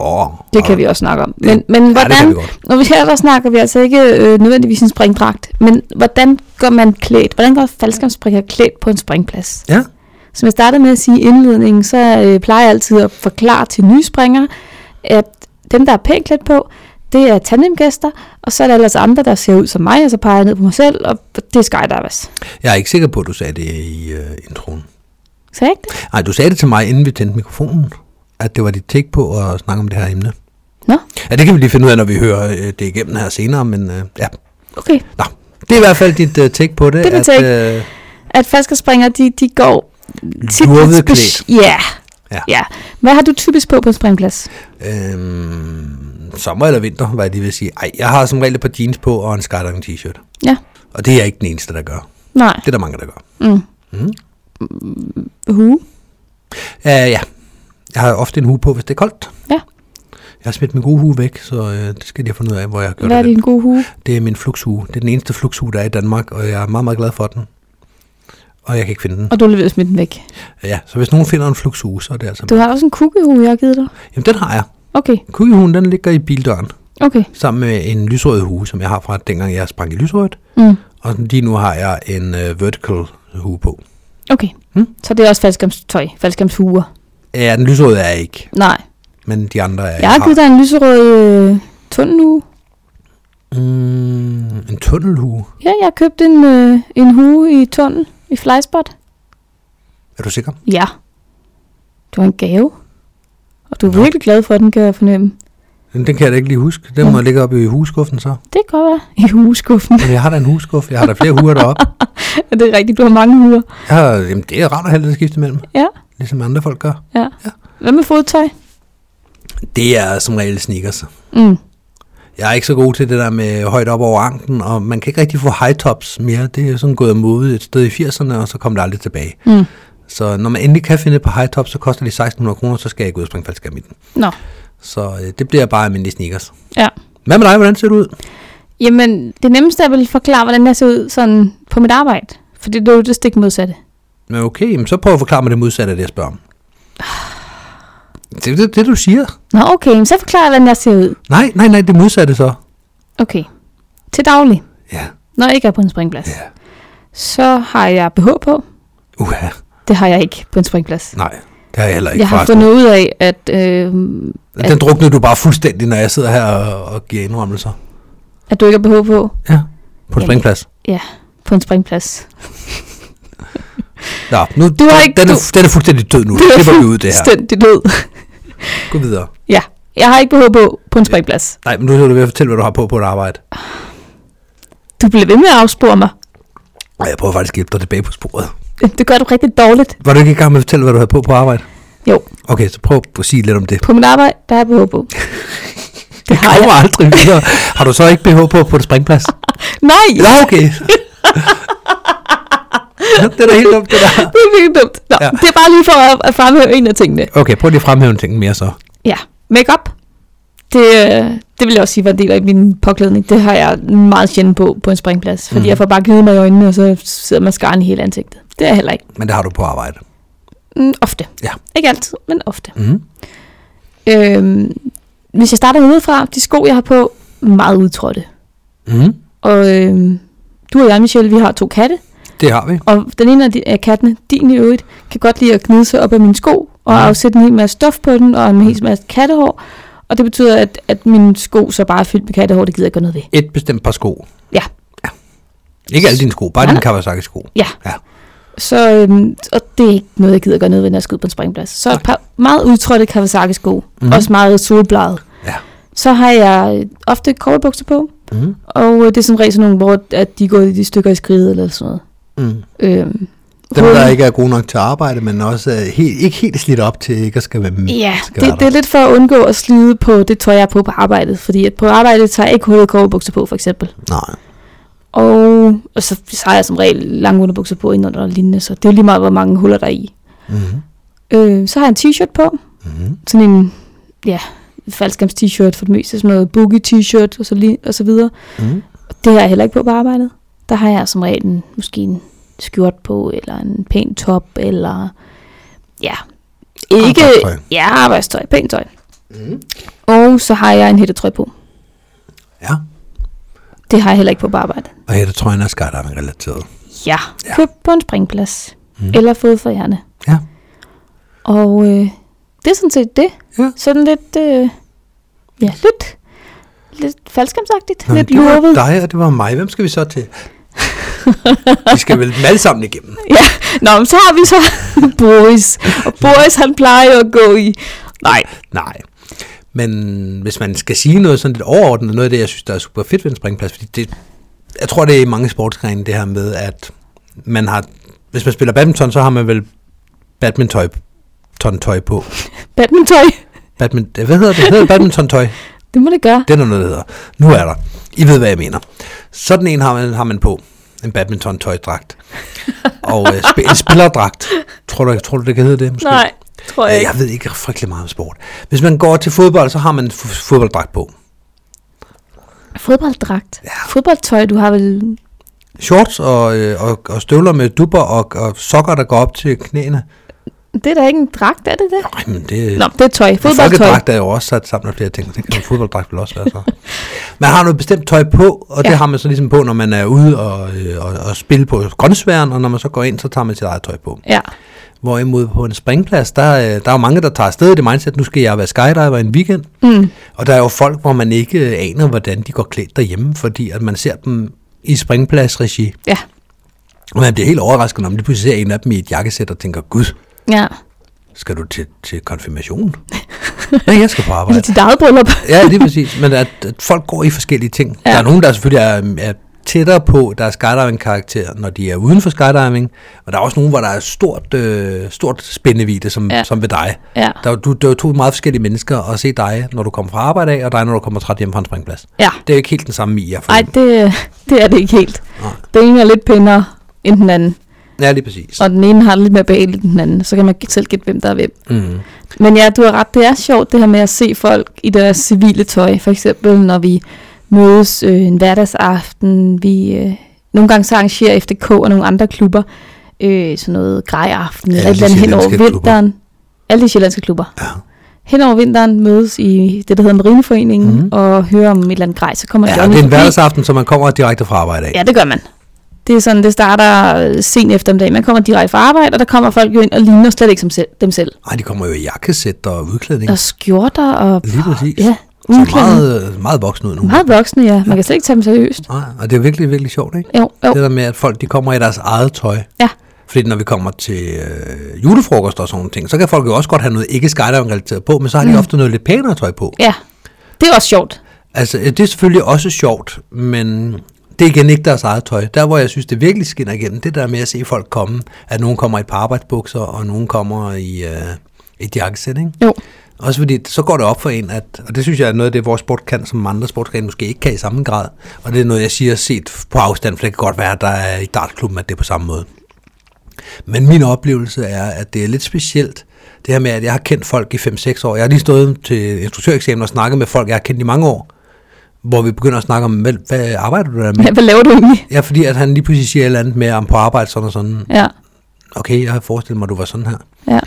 B: Åh,
C: Det kan vi også snakke om. Men, men
B: det kan
C: hvordan,
B: vi godt.
C: når vi her der snakker vi altså ikke øh, nødvendigvis en springdragt, men hvordan går man klædt? Hvordan går faldskabsspringer klædt på en springplads?
B: Ja,
C: Som jeg startede med at sige i indledningen, så øh, plejer jeg altid at forklare til nye springere, at dem, der er pænt klædt på, det er tandemgæster, og så er der ellers andre, der ser ud som mig, og så peger jeg ned på mig selv, og det er skydivers.
B: jeg er ikke sikker på, at du sagde det i øh, introen.
C: Så ikke det?
B: Nej, du sagde det til mig, inden vi tændte mikrofonen, at det var dit take på at snakke om det her emne.
C: Nå,
B: Ja, det kan vi lige finde ud af, når vi hører øh, det igennem her senere, men øh, ja.
C: okay.
B: Nå, det er i hvert fald dit øh, take på det.
C: Det er mit take.
B: Øh,
C: At falskerspringere, de, de går tit
B: Lurvet
C: lidt speci- Ja.
B: Ja.
C: ja. ja. Hvad har du typisk på på en springplads?
B: Øhm, sommer eller vinter, hvad jeg lige vil sige. Ej, jeg har som regel et par jeans på og en skydiving t-shirt.
C: Ja.
B: Og det er jeg ikke den eneste, der gør.
C: Nej.
B: Det er der mange, der gør.
C: Mm.
B: Mm.
C: Hue.
B: Øh, ja, jeg har ofte en hue på, hvis det er koldt.
C: Ja.
B: Jeg har smidt min gode hue væk, så øh, det skal jeg lige have fundet ud af, hvor jeg har gjort
C: Hvad er
B: af den.
C: din gode hue?
B: Det er min fluxhue. Det er den eneste fluxhue, der er i Danmark, og jeg er meget, meget glad for den. Og jeg kan ikke finde den.
C: Og du er lige ved at smide den væk.
B: Ja, så hvis nogen finder en fluxhue, så er det altså...
C: Du har også en kukkehue, jeg har givet dig.
B: Jamen, den har jeg.
C: Okay,
B: Kugehunden, den ligger i bildøren,
C: okay.
B: sammen med en lysrød hue, som jeg har fra dengang, jeg sprang i lysrødt.
C: Mm.
B: Og lige nu har jeg en uh, vertical hue på.
C: Okay.
B: Mm.
C: Så det er også faldskærmstøj, faldskærmshuer.
B: Ja, den lysrøde er jeg ikke,
C: Nej,
B: men de andre er...
C: jeg har givet dig en lyserød øh, tunnelhue.
B: Mm, en tunnelhue.
C: Ja, jeg købte en, øh, en hue i tunnel i Flyspot.
B: Er du sikker?
C: Ja. Det var en gave. Og du er virkelig glad for den, kan jeg fornemme.
B: Den, den kan jeg da ikke lige huske. Den må jeg ligge oppe i hueskuffen så.
C: Det kan godt være. I hueskuffen.
B: Jamen, jeg har da en hueskuff. Jeg har da flere huer deroppe.
C: Ja, det er rigtigt, du har mange huer.
B: Jeg har, jamen, det er rart at have lidt at skifte imellem,
C: Ja,
B: ligesom andre folk gør.
C: ja.
B: Ja.
C: Hvad med fodtøj?
B: Det er som regel sneakers.
C: Mm.
B: Jeg er ikke så god til det der med højt op over anklen, og man kan ikke rigtig få high tops mere. Det er sådan gået af mode et sted i 80'erne, og så kom det aldrig tilbage.
C: Mm.
B: Så når man endelig kan finde et par high tops, så koster de 1600 kroner, så skal jeg ikke ud og springe faldskærm i den.
C: Nå,
B: Så øh, det bliver bare almindelige sneakers.
C: ja.
B: Hvad med dig? Hvordan ser du ud?
C: Jamen, det nemmeste er vel at forklare, hvordan jeg ser ud sådan på mit arbejde. For det er jo det stik modsatte.
B: Men okay, men så prøv at forklare mig det modsatte af det, jeg spørger om. Det er det, det, du siger.
C: Nå, okay, men så forklarer jeg, hvordan jeg ser ud.
B: Nej, nej, nej, det modsatte så.
C: Okay. Til daglig,
B: Ja,
C: når jeg ikke er på en springplads,
B: ja.
C: så har jeg BH på.
B: Uha,
C: Det har jeg ikke på en springplads.
B: nej. Det har jeg heller ikke
C: Jeg har
B: forresten.
C: fundet ud af, at øh,
B: Den druknede du bare fuldstændig, når jeg sidder her og, og giver indrømmelser.
C: at du ikke har BH
B: Ja, på
C: på.
B: en
C: Jamen.
B: springplads.
C: Ja, på en springplads.
B: Nå, nu,
C: Du har ikke-
B: den, er,
C: du-
B: den er fuldstændig død nu. Det slipper vi ud det her.
C: fuldstændig død.
B: Gå videre.
C: Ja, jeg har ikke BH på på en springplads.
B: Nej, men nu skal du ved at fortælle, hvad du har på på et arbejde.
C: Du bliver ved med at afspore mig.
B: Og jeg prøver faktisk at hjælpe dig tilbage på sporet.
C: det gør du rigtig dårligt.
B: Var du ikke i gang med at fortælle, hvad du havde på på arbejde?
C: Jo,
B: Okay, så prøv at sige lidt om det.
C: på mit arbejde, der er BH på. Det har
B: Kommer
C: jeg.
B: aldrig videre. Har du så ikke BH på på et springplads?
C: Nej,
B: Nå, okay. det er da helt dumt, det der.
C: det er virkelig dumt. Nå,
B: Ja.
C: ja. Det er bare lige for at, at fremhæve en af tingene.
B: Okay, prøv lige at fremhæve en ting mere så.
C: Ja, makeup. Det, øh, det vil jeg også sige var en del af min påklædning. Det har jeg meget sjældent på på en springplads, fordi
B: Mhm.
C: mm. jeg får bare givet mig i øjnene, og så sidder mascaraen i hele ansigtet. Det er jeg heller ikke.
B: Men det har du på arbejde.
C: Mm, ofte.
B: Ja.
C: Ikke altid, men ofte.
B: Mm.
C: Øhm, hvis jeg starter udefra, de sko, jeg har på, meget udtrådte.
B: Mm.
C: Og øhm, du og jeg, Michelle, vi har to katte,
B: Det har vi.
C: og den ene af, de, af kattene, din i øvrigt, kan godt lide at gnide sig op af mine sko, og
B: Ja.
C: afsætte en hel masse stof på den, og en
B: Mm.
C: hel masse kattehår. Og det betyder, at, at mine sko så bare er fyldt med kattehår, det gider jeg ikke gøre noget ved.
B: Et bestemt par sko.
C: Ja.
B: ja. Ikke alle dine sko, bare
C: Nej,
B: dine
C: nej.
B: Kawasaki-sko.
C: Ja.
B: Ja.
C: Så øhm, og det er ikke noget, jeg gider gøre noget ved, når jeg skal ud på en springplads. Så et par meget udtrådte Kawasaki-sko,
B: Mhm.
C: mm-hmm. også meget solbladet.
B: Ja.
C: Så har jeg øh, ofte kobberbukser på,
B: Mm.
C: og øh, det er sådan regel sådan nogle, hvor at de går i de stykker i skridtet eller sådan noget.
B: Mm.
C: Øhm,
B: Dem,
C: hovedet-
B: der ikke er gode nok til arbejde, men også er helt, ikke helt slidt op til ikke at skal være med.
C: Ja,
B: skal Mm, være
C: det, det er lidt for at undgå at slide på det tøj, jeg er på på arbejdet. Fordi at på arbejdet tager jeg ikke hovedet kobberbukser på, for eksempel.
B: Nej.
C: Og, og så, så har jeg som regel lange underbukser på indenunder og lignende, så det er jo lige meget, hvor mange huller der er i.
B: Mm.
C: Øh, så har jeg en t-shirt på.
B: Mm.
C: Sådan en, ja, faldskams t-shirt for det meste. Sådan noget boogie t-shirt og så, li- og så videre.
B: Mm.
C: Det har jeg heller ikke på på arbejdet. Der har jeg som regel en, måske en skjort på, eller en pæn top, eller ja, ikke...
B: Arbejdstøj.
C: Ja, arbejdstøj, pænt tøj.
B: Mm.
C: Og så har jeg en hættetrøje på.
B: Ja.
C: Det har jeg heller ikke på på arbejde.
B: Og her, der tror jeg, den er skydiving relateret.
C: Ja.
B: Ja.
C: Købt på en springplads.
B: Mm.
C: Mm. Eller fået for hjerne.
B: Ja.
C: Og øh, det er sådan set det.
B: Ja.
C: Sådan lidt, øh, ja, lidt, lidt faldskamsagtigt.
B: Nå, men
C: lidt
B: det var
C: lurvet.
B: dig, og det var mig. Hvem skal vi så til? vi skal vel dem alle sammen igennem.
C: Nå, men så har vi så Boris. Og Boris, han plejer jo at gå i. Nej.
B: Nej. Men hvis man skal sige noget sådan lidt overordnet, noget af det, jeg synes, der er super fedt ved en springplads, fordi det, jeg tror, det er i mange sportsgrene, det her med, at man har, hvis man spiller badminton, så har man vel badminton tøj på.
C: Badminton.
B: Badminton, hvad hedder det? Hedder det badminton tøj?
C: Det må det gøre.
B: Det er der noget, der hedder. Nu er der. I ved, hvad jeg mener. Sådan en har man, har man på. En badminton-tøjdragt. Og øh, sp- en spillerdragt. Tror du, tror du, det kan hedde det? Måske?
C: Nej, tror jeg
B: Øh,
C: ikke.
B: Jeg ved ikke frygtelig meget om sport. Hvis man går til fodbold, så har man en f- fodbolddragt på.
C: Fodbolddragt.
B: Ja.
C: Fodboldtøj, du har vel...
B: Shorts og, øh, og, og støvler med dupper og, og sokker, der går op til knæene.
C: Det er da ikke en dragt, er det det?
B: Nej, men det...
C: Nå, det er tøj. Fodboldtøj.
B: Folkedragt er jo også sat sammen af flere ting. Det kan en fodbolddragt vel også være så. Man har noget bestemt tøj på, og det
C: Ja.
B: har man så ligesom på, når man er ude og, øh, og, og spille på grøntsværen, og når man så går ind, så tager man sit eget tøj på.
C: Ja.
B: Hvorimod på en springplads, der, øh, der er jo mange, der tager afsted i det mindset, nu skal jeg være skydiver en weekend.
C: Mm.
B: Og der er jo folk, hvor man ikke øh, aner, hvordan de går klædt derhjemme, fordi at man ser dem i springpladsregi.
C: Ja.
B: Og man bliver helt overrasket, når man lige pludselig ser en af dem i et jakkesæt og tænker, gud,
C: Ja.
B: skal du til, til konfirmation? Nej, jeg skal på arbejde.
C: Eller til dit eget bryllup.
B: Ja, lige præcis. Men at, at folk går i forskellige ting. Ja.
C: Ja.
B: Der er nogen, der selvfølgelig er, er tættere på deres skydiving-karakter, når de er uden for skydiving. Og der er også nogen, hvor der er stort, øh, stort spændevide, som, ja.
C: Ja.
B: som ved dig.
C: Ja.
B: Der, er jo- du, der er jo to meget forskellige mennesker at se dig, når du kommer fra arbejde af, og dig, når du kommer træt hjem fra en springplads.
C: Ja.
B: Det er jo ikke helt den samme i jer.
C: Nej, det, det er det ikke helt.
B: Nej.
C: Den ene er lidt pænere end den anden,
B: Ja, lige præcis.
C: og den ene har det lidt mere behageligt end den anden. Så kan man selv gætte, hvem der er hvem.
B: Mm.
C: Men ja, du har ret. Det er sjovt, det her med at se folk i deres civile tøj. For eksempel, når vi mødes øh, en hverdagsaften. Vi, øh, nogle gange så arrangerer FDK og nogle andre klubber øh, sådan noget grejaften eller
B: Alle
C: et eller andet
B: de
C: hen over
B: sjællandske klubber.
C: vinteren. Alle de sjællandske klubber.
B: Ja.
C: Hen over vinteren mødes i det, der hedder Marineforeningen,
B: Mhm.
C: mm-hmm. og hører om et eller andet grej. Så kommer
B: Ja,
C: Johnny
B: det er en
C: forbi.
B: hverdagsaften, så man kommer direkte fra arbejde af.
C: Ja, det gør man. Det er sådan, det starter øh, sent eftermiddag. Man kommer direkte fra arbejde, og der kommer folk jo ind og ligner slet ikke som selv, dem selv.
B: Nej, de kommer jo i jakkesæt og udklædning.
C: Og skjorter og...
B: Lige præcis.
C: Ja,
B: Så
C: meget,
B: meget, øh, meget voksen ud nu.
C: meget voksne, ja. Man kan slet ikke tage dem seriøst.
B: Nej, og det er virkelig, virkelig sjovt, ikke?
C: Jo, jo.
B: Det der med, at folk de kommer i deres eget tøj.
C: Ja.
B: Fordi når vi kommer til øh, julefrokost og sådan nogle ting, så kan folk jo også godt have noget ikke skydiving-relateret på, men så har de mm. ofte noget lidt pænere tøj på.
C: Ja, det er også sjovt.
B: Altså, øh, det er selvfølgelig også sjovt, men Det er igen ikke deres eget tøj. Der, hvor jeg synes, det virkelig skinner igennem, det der med at se folk komme, at nogen kommer i et par arbejdsbukser, og nogen kommer i øh, et jakkesæt, ikke?
C: Jo.
B: Også fordi, så går det op for en, at, og det synes jeg er noget af det, vores sport kan, som andre sportsgrene måske ikke kan i samme grad. Og det er noget, jeg siger set på afstand, for det kan godt være, at der er i dartklubben, at det er på samme måde. Men min oplevelse er, at det er lidt specielt, det her med, at jeg har kendt folk i 5-6 år. Jeg har lige stået til instruktøreksamen og snakket med folk, jeg har kendt i mange år, hvor vi begynder at snakke om, hvad, hvad arbejder du der med?
C: Ja, hvad laver du egentlig?
B: Ja, fordi at han lige pludselig siger et eller andet med, om på arbejde sådan og sådan.
C: Ja,
B: Okay, jeg havde forestillet mig, at du var sådan her.
C: ja.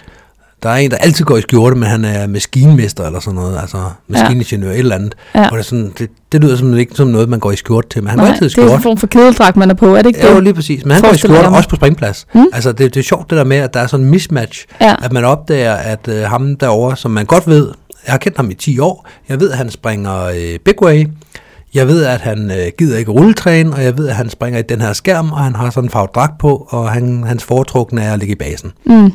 B: Der er en, der altid går i skjorte, men han er maskinmester eller sådan noget, altså maskiningeniør, ja. et eller andet.
C: Ja.
B: Ja. Og det, er sådan, det, det lyder som ikke som noget, man går i skjorte til, men han går altid i
C: det er sådan en
B: skjorte.
C: form for kædeldrag, man er på, er det ikke
B: Ja, jo,
C: det?
B: lige præcis. Men han går i
C: Forestiller
B: skjorte
C: jeg mig.
B: også på springplads.
C: Mm.
B: Mm. Altså, det, det er sjovt det der med, at der er sådan en mismatch.
C: Ja.
B: At man opdager, at øh, ham derovre, som man godt ved, jeg har kendt ham i 10 år, jeg ved, at han springer øh, big way, jeg ved, at han øh, gider ikke rulletræne, og jeg ved, at han springer i den her skærm, og han har sådan en farvet dragt på, og han, hans foretrukne er at ligge i basen.
C: Mm.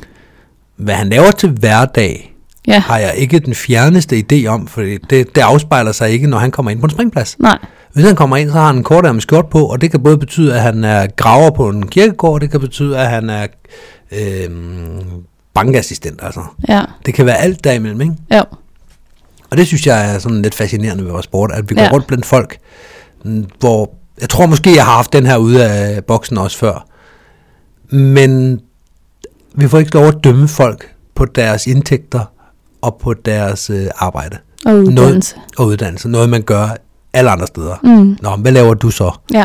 B: Hvad han laver til hverdag,
C: Ja,
B: har jeg ikke den fjerneste idé om, for det, det afspejler sig ikke, når han kommer ind på en springplads.
C: nej.
B: Hvis han kommer ind, så har han en kortærmet skjort på, og det kan både betyde, at han er graver på en kirkegård, det kan betyde, at han er øh, bankassistent. Altså.
C: Ja,
B: Det kan være alt derimellem, ikke?
C: jo.
B: Og det synes jeg er sådan lidt fascinerende ved vores sport, at vi går
C: Ja.
B: ja. rundt blandt folk, mm, hvor jeg tror måske, jeg har haft den her ude af boksen også før, men vi får ikke lov at dømme folk på deres indtægter og på deres øh, arbejde
C: Og uddannelse.
B: og uddannelse. Noget, man gør alle andre steder.
C: Mm.
B: Nå, men hvad laver du så?
C: Ja,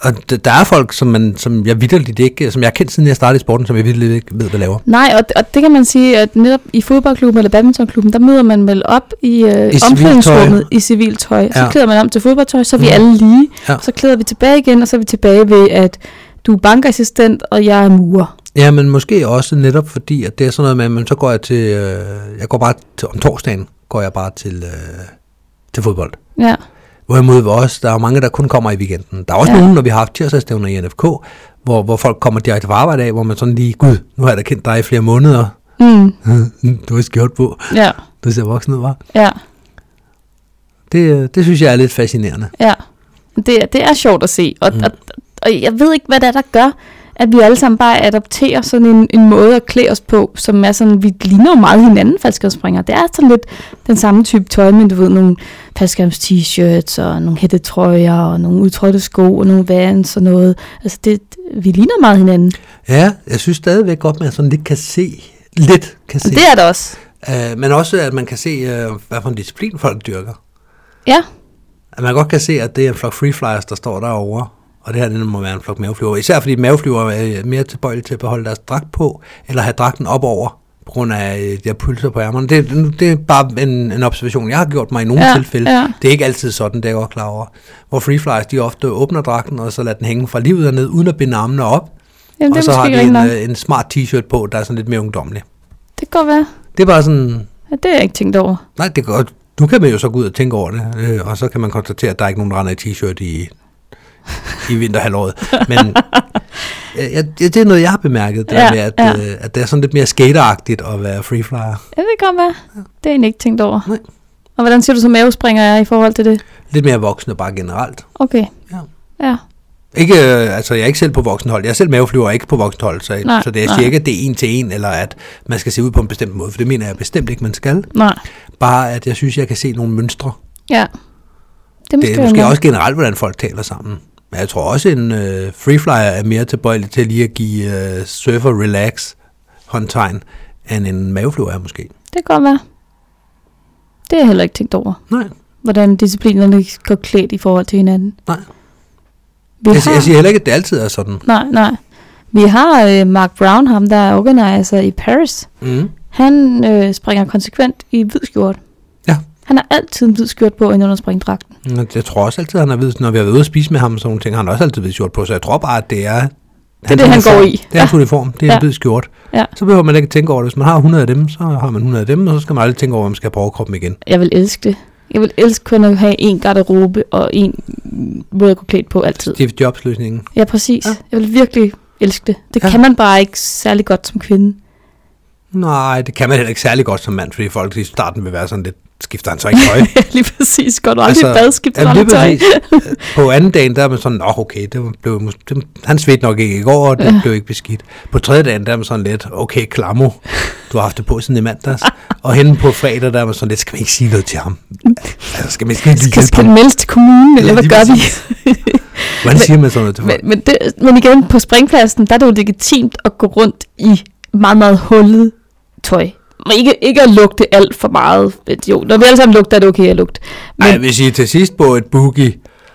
B: Og d- der er folk, som, man, som jeg vidderligt ikke, som jeg har kendt siden jeg startede i sporten, som jeg vidderligt ikke ved, hvad laver.
C: nej, og, og det kan man sige, at netop i fodboldklubben eller badmintonklubben, der møder man vel op i, øh,
B: civilt
C: omklædningsrummet i civiltøj. Ja. Så
B: Ja.
C: klæder man om til fodboldtøj, så er vi
B: Mm.
C: alle lige.
B: Ja.
C: Så klæder vi tilbage igen, og så er vi tilbage ved, at du er bankassistent, og jeg er murer.
B: Ja, men måske også netop fordi, at det er sådan noget med, at man så går jeg til, øh, jeg går bare til, om torsdagen går jeg bare til, øh, til fodbold.
C: Ja,
B: Hvorimod ved os, der er mange, der kun kommer i weekenden. Der er også
C: Ja.
B: ja. nogen, når vi har haft tirsdagsstævner i NFK, hvor, hvor folk kommer direkte fra arbejde af, hvor man sådan lige, gud, nu har jeg da kendt dig i flere måneder.
C: mm.
B: du har skjort på.
C: ja,
B: Du ser voksen ud, var.
C: ja,
B: Det, øh, det synes jeg er lidt fascinerende.
C: ja. Det, er- det er sjovt at se, og, mm. og, og jeg ved ikke, hvad det er, der gør, at vi alle sammen bare adopterer sådan en, en måde at klæde os på, som er sådan, vi ligner jo meget hinanden faldskærmsspringere. Det er sådan lidt den samme type tøj, men du ved, nogle faldskærms t-shirts og nogle hættetrøjer og nogle udtrådte sko og nogle vans og noget. Altså, det, vi ligner meget hinanden.
B: Ja, jeg synes stadigvæk godt, man sådan lidt kan se, lidt kan se
C: Og det er det også.
B: Øh, men også, at man kan se, øh, hvad for en disciplin folk dyrker.
C: Ja,
B: At man godt kan se, at det er en flok free flyers, der står derovre. Og det her, det må være en flok maveflyver. Især fordi maveflyver er øh, mere tilbøjelige til at beholde deres dragt på, eller have dragten op over, på grund af øh, de her pølser på ærmerne. Det, nu- det er bare en, en observation, jeg har gjort mig i nogle
C: Ja,
B: tilfælde.
C: ja.
B: Det er ikke altid sådan, det er jeg godt klar over. Hvor free flyers, de ofte åbner dragten, og så lader den hænge fra livet og ned, uden at binde armene op.
C: Jamen,
B: og
C: det
B: så
C: er
B: har
C: måske
B: de
C: ikke
B: en,
C: nok.
B: øh, en smart t-shirt på, der er sådan lidt mere ungdommelig.
C: Det kan godt være.
B: Det er bare sådan,
C: Ja, det har jeg ikke tænkt over.
B: Nej, det er godt. Nu kan man jo så gå ud og tænke over det, øh, og så kan man konstatere, at der er ikke nogen, der render i t-shirt i, i vinterhalvåret. Men øh, jeg, det er noget, jeg har bemærket, det
C: Ja,
B: ja, med, at,
C: ja.
B: ja. øh, at det er sådan lidt mere skateragtigt at være freeflyer.
C: Ja, det kan godt være. Det har jeg egentlig ikke tænkt over.
B: Nej.
C: Og hvordan siger du så mavespringer er i forhold til det?
B: Lidt mere voksne bare generelt.
C: Okay.
B: Ja.
C: Ja,
B: Ikke, øh, altså, jeg er ikke selv på voksenhold. Jeg er selv maveflyver ikke på voksenhold, så,
C: Nej,
B: så det, jeg
C: nej.
B: siger ikke, at det er en til en, eller at man skal se ud på en bestemt måde, for det mener jeg bestemt ikke, man skal.
C: nej.
B: Bare, at jeg synes, jeg kan se nogle mønstre.
C: Ja. Det,
B: Det er måske også generelt, hvordan folk taler sammen. Men jeg tror også, en øh, freeflyer er mere tilbøjelig til lige at give øh, surfer relax håndtegn, end en maveflyver er måske.
C: Det kan godt være. Det har jeg heller ikke tænkt over.
B: Nej,
C: Hvordan disciplinerne går klædt i forhold til hinanden.
B: nej.
C: Vi
B: Jeg,
C: har,
B: siger- jeg siger heller ikke, at det altid er sådan.
C: Nej, nej. Vi har øh, Mark Brown, ham der er organizer i Paris.
B: Mm.
C: Han øh, springer konsekvent i hvid skjort.
B: Ja.
C: Han har altid en hvid skjort på, inden under springdragten.
B: Men Jeg tror også altid, han har vidt, når vi har været ude at spise med ham, og sådan nogle ting, har han også altid hvid skjort på, så jeg tror bare, at det er... Det
C: det, han går i.
B: Det er hans uniform, det er
C: Ja.
B: en hvid skjort.
C: Ja.
B: Så behøver man ikke tænke over det. Hvis man har 100 af dem, så har man 100 af dem, og så skal man aldrig tænke over, om man skal have på overkroppen igen.
C: Jeg vil elske det. Jeg vil elske kun at have en garderobe og en måde at gå klædt på altid.
B: Det er jobsløsningen.
C: Ja, præcis. Ja.
B: Ja.
C: Jeg vil virkelig elske det. Det ja.
B: Ja.
C: kan man bare ikke særlig godt som kvinde.
B: Nej, det kan man heller ikke særlig godt som mand, fordi folk i starten vil være sådan lidt, skifter han så ikke tøj?
C: lige præcis. Går du aldrig altså, i bad, skifter
B: ja,
C: du aldrig
B: lige
C: tøj.
B: præcis. På anden dagen, der er man sådan, nå okay, det var- blev, mås- det, han svedte nok ikke i går, og det blev ikke beskidt. På tredje dagen, der er man sådan lidt, okay, klammo, du har haft det på siden i mandags. og henne på fredag, der er man sådan lidt, skal man ikke sige noget til ham? Altså, skal man ikke lige
C: Skal,
B: hjælpe
C: skal
B: ham?
C: den meldes til kommunen, eller
B: Ja,
C: hvad
B: lige
C: gør vi?
B: Hvordan siger man sådan noget til folk?
C: Men, men, det, men igen, på springpladsen, der er det jo legitimt at gå rundt i meget, meget hullet tøj. Men ikke, ikke at lugte alt for meget. Jo, når vi alle sammen lugter, er det okay at lugte. Men,
B: Nej, jeg vil sige, til sidst på et boogie,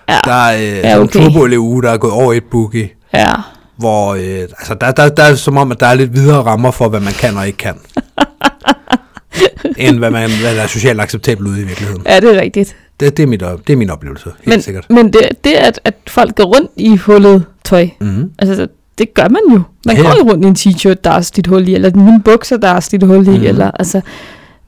C: ja,
B: der er øh,
C: Ja,
B: ja, okay.
C: okay.
B: en turbo der er gået over et boogie,
C: ja.
B: hvor øh, altså, der, der, der er som om, at der er lidt videre rammer for, hvad man kan og ikke kan. end hvad, man, hvad der er socialt acceptabelt ude i virkeligheden.
C: ja, det er rigtigt.
B: Det, det, er, mit, op- det er min oplevelse, helt
C: Men,
B: sikkert.
C: men det, det at, at folk går rundt i hullet tøj,
B: Mm-hmm.
C: altså det gør man jo. Man
B: Ja,
C: går
B: ja.
C: jo rundt i en t-shirt, der er slidt hul i, eller mine bukser, der er slidt hul i,
B: Mhm.
C: mm. eller altså,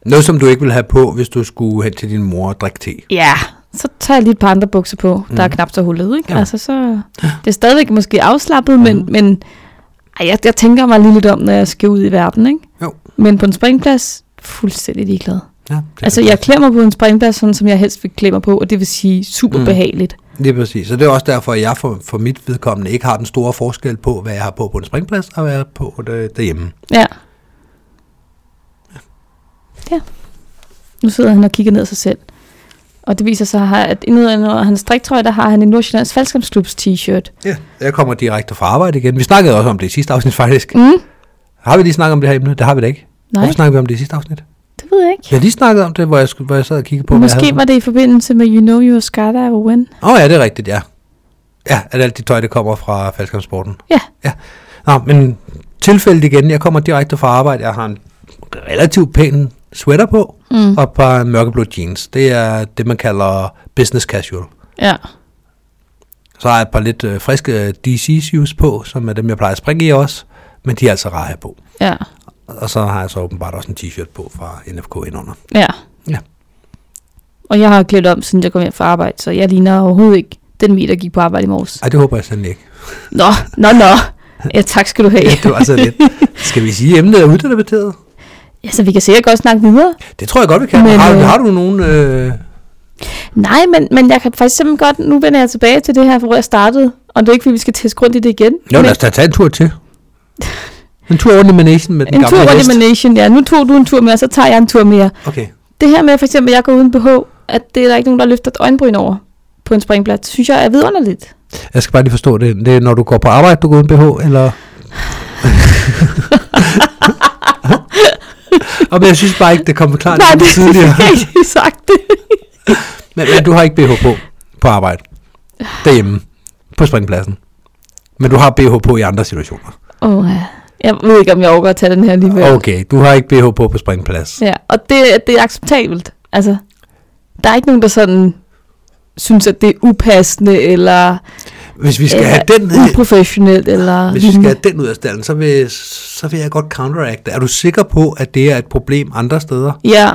B: Noget, som du ikke ville have på, hvis du skulle hen til din mor og drikke te.
C: ja, så tager jeg lige et par andre bukser på, der er knap så hullet, ikke?
B: Mhm. Ja. Mhm.
C: Ja. Altså, så, det er stadigvæk måske afslappet, men, men ej, jeg, jeg tænker mig lige lidt om, når jeg skal ud i verden, ikke?
B: Jo.
C: Men på en springplads, fuldstændig ligeglad.
B: Ja, det
C: Altså, jeg klæder mig på en springplads, sådan som jeg helst vil klæde mig på, og det vil sige super
B: Mm.
C: behageligt.
B: Lige præcis. Så det er også derfor, at jeg for, for mit vedkommende ikke har den store forskel på, hvad jeg har på på en springplads, og hvad jeg har på der, derhjemme.
C: Ja. Ja. Nu sidder han og kigger ned af sig selv. Og det viser sig, at endnu under hans striktrøje, der har han en Nordsjællands Falskamsklubs t-shirt.
B: Ja, jeg kommer direkte fra arbejde igen. Vi snakkede også om det i sidste afsnit, faktisk.
C: Mm.
B: Har vi lige snakket om det her emne? Det har vi da ikke.
C: Nej,
B: Hvorfor snakkede vi om det i sidste afsnit?
C: det ved jeg ikke.
B: Vi har lige snakket om det, hvor jeg, skulle, hvor jeg sad og kiggede på, hvad jeg
C: Måske
B: havde.
C: var det i forbindelse med You Know You're Scatter og When.
B: Åh oh, ja, det er rigtigt, ja. Ja, at alt det tøj, det kommer fra faldskabssporten.
C: Ja.
B: Ja. Nå, men tilfældet igen. Jeg kommer direkte fra arbejde. Jeg har en relativt pæn sweater på,
C: Mm.
B: og et par mørkeblå jeans. Det er det, man kalder business casual.
C: Ja.
B: Så har jeg et par lidt øh, friske DC shoes på, som er dem, jeg plejer at springe i også. Men de er altså rare at have på.
C: Ja.
B: Og så har jeg så åbenbart også en t-shirt på fra NFK indenunder.
C: Ja.
B: Ja.
C: Og jeg har klædt om, siden jeg kom hjem fra arbejde, så jeg ligner overhovedet ikke den mi, der gik på arbejde i morges.
B: Ej, det håber jeg sandelig ikke.
C: Nå, nå, nå. Ja, tak skal du have.
B: Ja, det var så lidt. Skal vi sige, at emnet er uddebatteret?
C: Altså, vi kan sikkert godt snakke videre.
B: Det tror jeg godt, vi kan. Men,
C: Men,
B: har,
C: øh,
B: har du nogen... Øh...
C: Nej, men, men jeg kan faktisk simpelthen godt, nu vender jeg tilbage til det her, hvor jeg startede, og det er ikke, fordi vi skal teste rundt i det igen.
B: Jo,
C: men,
B: lad os da tage en tur til. En tur rundt i Manation med den
C: en tur
B: gamle
C: rundt
B: hest.
C: i Manation, ja. Nu tog du en tur mere, så tager jeg en tur mere.
B: Okay.
C: Det her med, for eksempel, at jeg går uden BH, at det er der ikke nogen, der løfter et øjenbryn over på en springplads, synes jeg er vidunderligt.
B: Jeg skal bare lige forstå det. Det er, når du går på arbejde, du går uden BH, eller... Og men jeg synes bare ikke, det kom klart
C: Nej, det
B: tidligere.
C: har ikke lige sagt det.
B: Men, men, du har ikke BH på på arbejde. Derhjemme. På springpladsen. Men du har BH på i andre situationer.
C: Åh, oh, ja. Jeg ved ikke, om jeg overgår at tage den her lige ved.
B: Okay, du har ikke BH på på springplads.
C: Ja, og det, det er acceptabelt. Altså, der er ikke nogen, der sådan synes, at det er upassende, eller
B: Hvis vi skal
C: eller
B: have den
C: uprofessionelt, eller
B: Hvis vi skal
C: lignende.
B: have den ud af stallen, så vil, så vil jeg godt counteracte. Er du sikker på, at det er et problem andre steder?
C: Ja,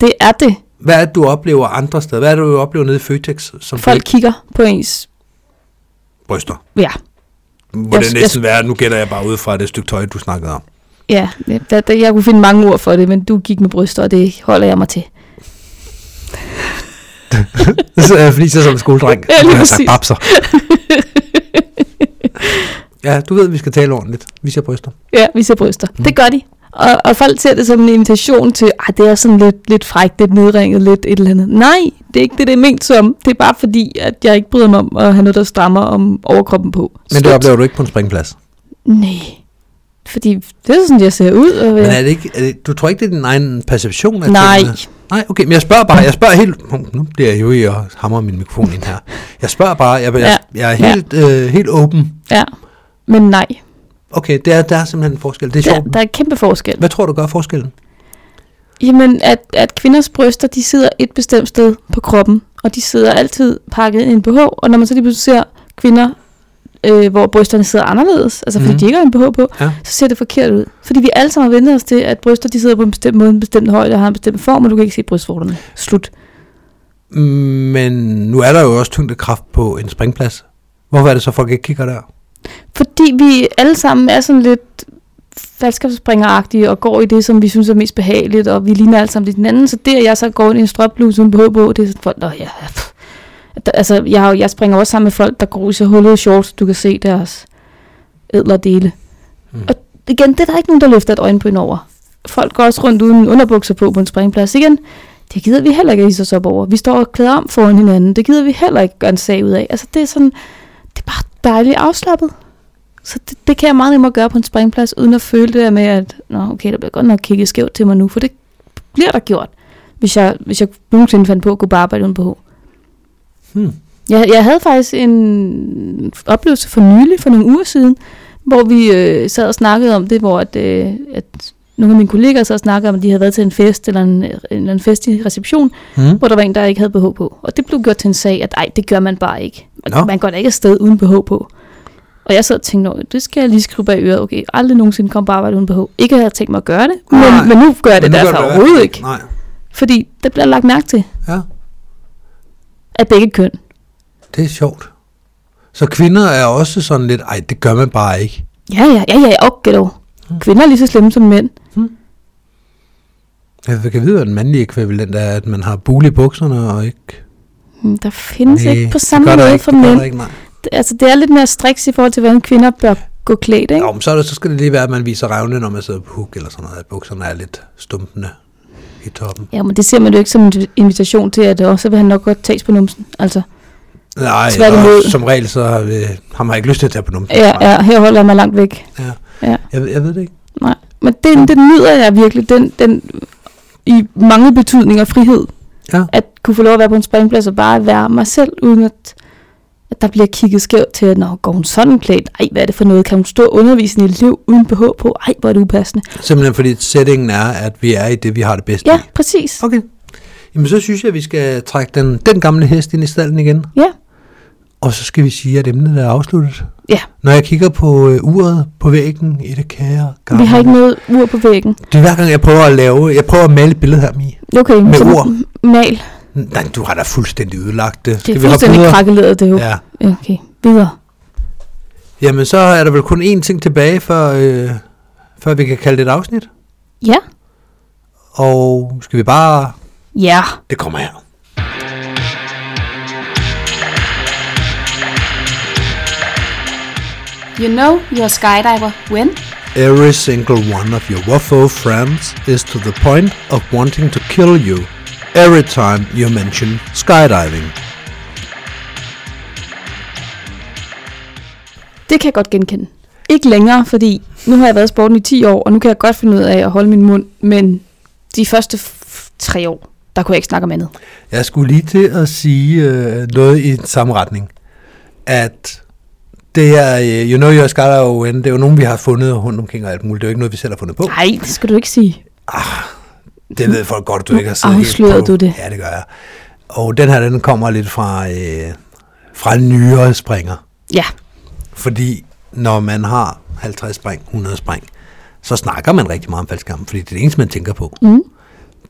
C: det er det.
B: Hvad er det, du oplever andre steder? Hvad er det, du oplever nede i Føtex? Som du
C: Folk
B: ikke-
C: kigger på ens...
B: bryster.
C: Ja,
B: Må
C: Jeg-
B: det næsten være, nu gætter jeg bare ud fra det stykke tøj, du snakkede om.
C: ja der, der, jeg kunne finde mange ord for det, men du gik med bryster, og det holder jeg mig til.
B: Så, øh, Fordi så som skoledreng.
C: Ja, lige
B: skulle jeg have sagt
C: præcis.
B: babser. ja, du ved, vi skal tale ordentligt. Vi ser bryster.
C: Ja, vi ser bryster. Mm. Det gør de. Og, og folk ser det som en invitation til, at det er sådan lidt, lidt frækt, lidt nedringet, lidt et eller andet. Nej, det er ikke det, det er ment som. Det er bare fordi, at jeg ikke bryder mig om at have noget, der strammer om overkroppen på.
B: Men det
C: Slut.
B: oplever du ikke på en springplads.
C: Nej. Fordi det er sådan, jeg ser ud. Og,
B: Men er det ikke, er det, du tror ikke, det er din egen perception af
C: Nej.
B: tingene? Nej, okay, men jeg spørger bare, jeg spørger helt, Hov, nu bliver jeg jo i og hamrer min mikrofon ind her. Jeg spørger bare, jeg, jeg, jeg er
C: Ja.
B: helt, øh, helt åben.
C: Ja. Men nej,
B: Okay, der, der er simpelthen en forskel. Det er
C: der,
B: sjovt.
C: der er kæmpe forskel.
B: Hvad tror du gør forskellen?
C: Jamen, at, at kvinders bryster, de sidder et bestemt sted på kroppen, og de sidder altid pakket ind i en BH, og når man så lige pludselig ser kvinder, øh, hvor brysterne sidder anderledes, altså fordi
B: Mhm.
C: mm. de ikke har en BH på,
B: Ja.
C: så ser det forkert ud. Fordi vi alle sammen har vendt os til, at bryster, de sidder på en bestemt måde, en bestemt højde, og har en bestemt form, og du kan ikke se brystvorterne. Slut.
B: Men nu er der jo også tyngdekraft på en springplads. Hvorfor er det så, folk ikke kigger der?
C: Fordi vi alle sammen er sådan lidt faldskabsspringeragtige og går i det, som vi synes er mest behageligt, og vi ligner alle sammen lidt hinanden. Så det, at jeg så går ind i en strømbluse uden BH på, det er sådan folk, der, ja, pff. Der- altså, jeg, har jo- jeg springer også sammen med folk, der går i så hullede shorts, du kan se deres ædler dele.
B: Mm.
C: Mm. Og igen, det er der ikke nogen, der løfter et øjenbryn over. Folk går også rundt uden underbukser på på en springplads igen. Det gider vi heller ikke at hisse os op over. Vi står og klæder om foran hinanden. Det gider vi heller ikke gøre en sag ud af. Altså, det er sådan, det er bare dejligt afslappet. Så det, det kan jeg meget nemmere gøre på en springplads, uden at føle det der med, at Nå, okay, der bliver godt nok kigget skævt til mig nu, for det bliver der gjort, hvis jeg, hvis jeg nogensinde fandt på at gå på arbejde uden på
B: Hmm.
C: jeg, jeg havde faktisk en oplevelse for nylig, for nogle uger siden, hvor vi øh, sad og snakkede om det, hvor at, øh, at nogle af mine kollegaer sad og snakkede om, at de havde været til en fest eller en, en, eller en fest i reception,
B: Hmm.
C: hvor der var en, der ikke havde BH på. Og det blev gjort til en sag, at ej, det gør man bare ikke. Og
B: Nå.
C: Man går da ikke afsted uden BH på. Og jeg sad og tænkte, "Nå, det skal jeg lige skrive bag øret. Okay, aldrig nogensinde kom på arbejde uden BH. Ikke at jeg havde tænkt mig at gøre det,
B: Nej.
C: men, men nu gør jeg det
B: Men nu gør
C: derfor
B: du det.
C: overhovedet ikke.
B: Nej.
C: Fordi det bliver lagt mærke til,
B: Ja,
C: at begge køn.
B: det er sjovt. Så kvinder er også sådan lidt, ej, det gør man bare ikke.
C: Ja, ja, ja, ja, og gæt over.
B: Mm.
C: Kvinder er lige så slemme som mænd.
B: Jeg kan vide, hvad den mandlige ekvivalent er, at man har bule i bukserne og ikke...
C: Mm, Der findes
B: Næh,
C: ikke på
B: det
C: samme
B: gør der
C: måde
B: ikke,
C: for
B: det gør
C: mænd.
B: der Ikke, nej.
C: Det- Altså, det er lidt mere striks i forhold til, hvordan kvinder bør gå klædt, ikke?
B: Jo, men så, er det, så skal det lige være, at man viser revne, når man sidder på huk eller sådan noget, at bukserne er lidt stumpende i toppen.
C: Ja, men det ser man jo ikke som en invitation til, at også vil han nok godt tages på numsen. Altså,
B: Nej,
C: Tværtimod.
B: og som regel, så har, vi, har man ikke lyst til at tage på numsen.
C: ja,
B: Nej.
C: ja, her holder jeg mig langt væk.
B: Jeg, ved- jeg ved det ikke.
C: Nej, men den, den nyder jeg virkelig, den, den i mange betydninger frihed.
B: Ja.
C: At kunne få lov at være på en springplads og bare være mig selv, uden at, at der bliver kigget skævt til, at når går hun sådan klædt? Ej, hvad er det for noget? Kan hun stå og undervise en elev uden BH på? Ej, hvor er det upassende.
B: Simpelthen fordi settingen er, at vi er i det, vi har det bedst
C: Ja,
B: i.
C: præcis.
B: Okay. Jamen, så synes jeg, at vi skal trække den, den gamle hest ind i stallen igen.
C: Ja,
B: Og så skal vi sige, at emnet er afsluttet.
C: Ja.
B: Når jeg kigger på øh, uret på væggen i det kære gamle...
C: vi har ikke noget ur på væggen.
B: Det er hver gang, jeg prøver at lave... Jeg prøver at male et billede her, Mie.
C: Okay,
B: Med
C: så
B: ord.
C: mal.
B: Nej, du har da fuldstændig ødelagt det.
C: Det
B: vi
C: er
B: hoppe
C: fuldstændig
B: videre?
C: krakkeleret, det er jo.
B: Ja.
C: Okay, videre.
B: Jamen, så er der vel kun én ting tilbage, før, øh, før vi kan kalde det et afsnit.
C: Ja.
B: Og skal vi bare...
C: Ja.
B: Det kommer her.
C: You know you're a skydiver when?
B: Every single one of your WAFO friends is to the point of wanting to kill you every time you mention skydiving.
C: Det kan jeg godt genkende. Ikke længere, fordi nu har jeg været i sporten i 10 år, og nu kan jeg godt finde ud af at holde min mund, men de første f- tre år, der kunne jeg ikke snakke om andet.
B: Jeg skulle lige til at sige øh, noget i den samme retning. At det her, øh, you know your skydiver when, det er jo nogen, vi har fundet rundt omkring og alt muligt. Det er jo ikke noget, vi selv har fundet på.
C: Nej, det skal du ikke sige.
B: Det ved folk godt, du
C: Nu
B: ikke har siddet
C: afslørede
B: helt på.
C: du det.
B: Ja, det gør jeg. Og den her, den kommer lidt fra, øh, fra nyere springer.
C: Ja,
B: Fordi når man har 50 spring, 100 spring, så snakker man rigtig meget om faldskærmen, fordi det er det eneste, man tænker på.
C: Mm.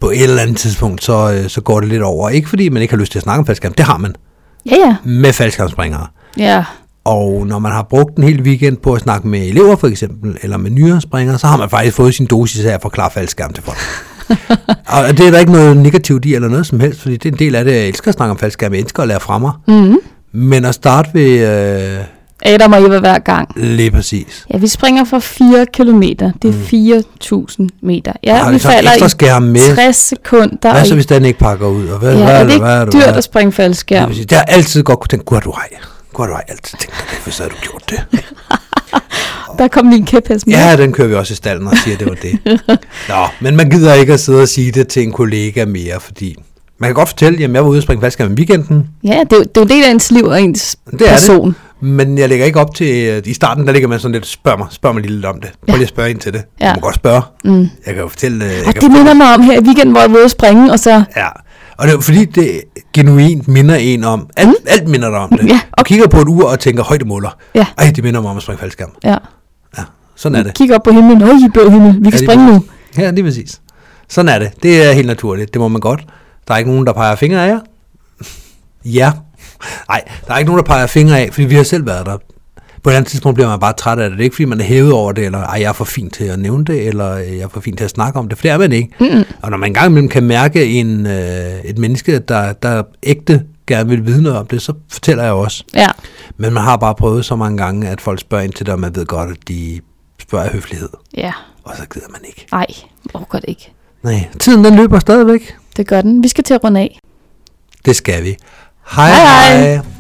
B: På et eller andet tidspunkt, så, øh, så går det lidt over. Ikke fordi man ikke har lyst til at snakke om faldskærm, det har man
C: ja, ja.
B: med faldskærmspringere.
C: Ja,
B: Og når man har brugt en hel weekend på at snakke med elever for eksempel, eller med nyere springere, så har man faktisk fået sin dosis af at forklare faldskærm til folk. og det er der ikke noget negativt i eller noget som helst, fordi det er en del af det, jeg elsker at snakke om faldskærm, jeg elsker at lære fra mig.
C: Mhm.
B: Men at starte ved øh,
C: Adam og Eva hver gang.
B: lige præcis.
C: Ja, vi springer fra 4 km. Det er mm. 4.000 meter. Ja,
B: Har
C: vi
B: vi så
C: falder
B: ekstra
C: i
B: skærm med?
C: 60 sekunder.
B: Hvad så,
C: i-
B: hvis den ikke pakker ud? Og hvad,
C: ja,
B: hvad,
C: er det
B: hvad,
C: ikke
B: hvad, hvad,
C: dyrt
B: hvad,
C: at springe faldskærm?
B: Ja. Jeg har altid godt kunne tænke, gud har du ej. Gud har du ej, altid tænkt, hvorfor havde du gjort det?
C: Der kom lige en kæphest med.
B: Ja, den kører vi også i stallen og siger, at det var det. Nå, men man gider ikke at sidde og sige det til en kollega mere, fordi man kan godt fortælle, at jeg var ude og springe faldskærm i weekenden,
C: ja det, er jo, det er jo en del af ens liv og ens
B: Det er
C: person. Det.
B: men jeg lægger ikke op til, at i starten, der ligger man sådan lidt, spørg mig, spørg mig lige lidt om det. Prøv lige at spørge ind til det.
C: Ja.
B: Du må godt spørge.
C: Mm.
B: Jeg kan jo fortælle... øh, Jeg
C: Og
B: kan
C: det minder mig om her i weekenden, hvor jeg var ude at springe, og så...
B: Ja, og det er jo fordi, det genuint minder en om, alt, mm. alt minder dig om det.
C: Ja,
B: Du kigger på et ur og tænker, højdemåler.
C: Ja. Mm.
B: Ej, det minder mig om at springe faldskærm.
C: Ja,
B: Ja, sådan er det.
C: kig op på himlen. Øj, I blå himmel. Vi kan
B: Ja,
C: springe nu.
B: lige præcis. Ja, lige præcis. Sådan er det. Det er helt naturligt. Det må man godt. Der er ikke nogen, der peger fingre af jer. Ja. Nej, der er ikke nogen, der peger fingre af, fordi vi har selv været der. på et eller andet tidspunkt bliver man bare træt af det. Det er ikke, fordi man er hævet over det, eller ej, jeg er for fint til at nævne det, eller jeg er for fint til at snakke om det, for det er man ikke. Mm. Og når man engang imellem kan mærke en, øh, et menneske, der, der ægte gerne vil vide noget om det, så fortæller jeg også.
C: Ja,
B: Men man har bare prøvet så mange gange, at folk spørger ind til det, og man ved godt, at de spørger af høflighed.
C: ja.
B: Og så gider man ikke.
C: Ej, oh, godt ikke.
B: Nej, tiden den løber stadigvæk.
C: Det gør den. Vi skal til at runde af.
B: Det skal vi. Hej
C: Hej,
B: hej.
C: hej.
B: hej.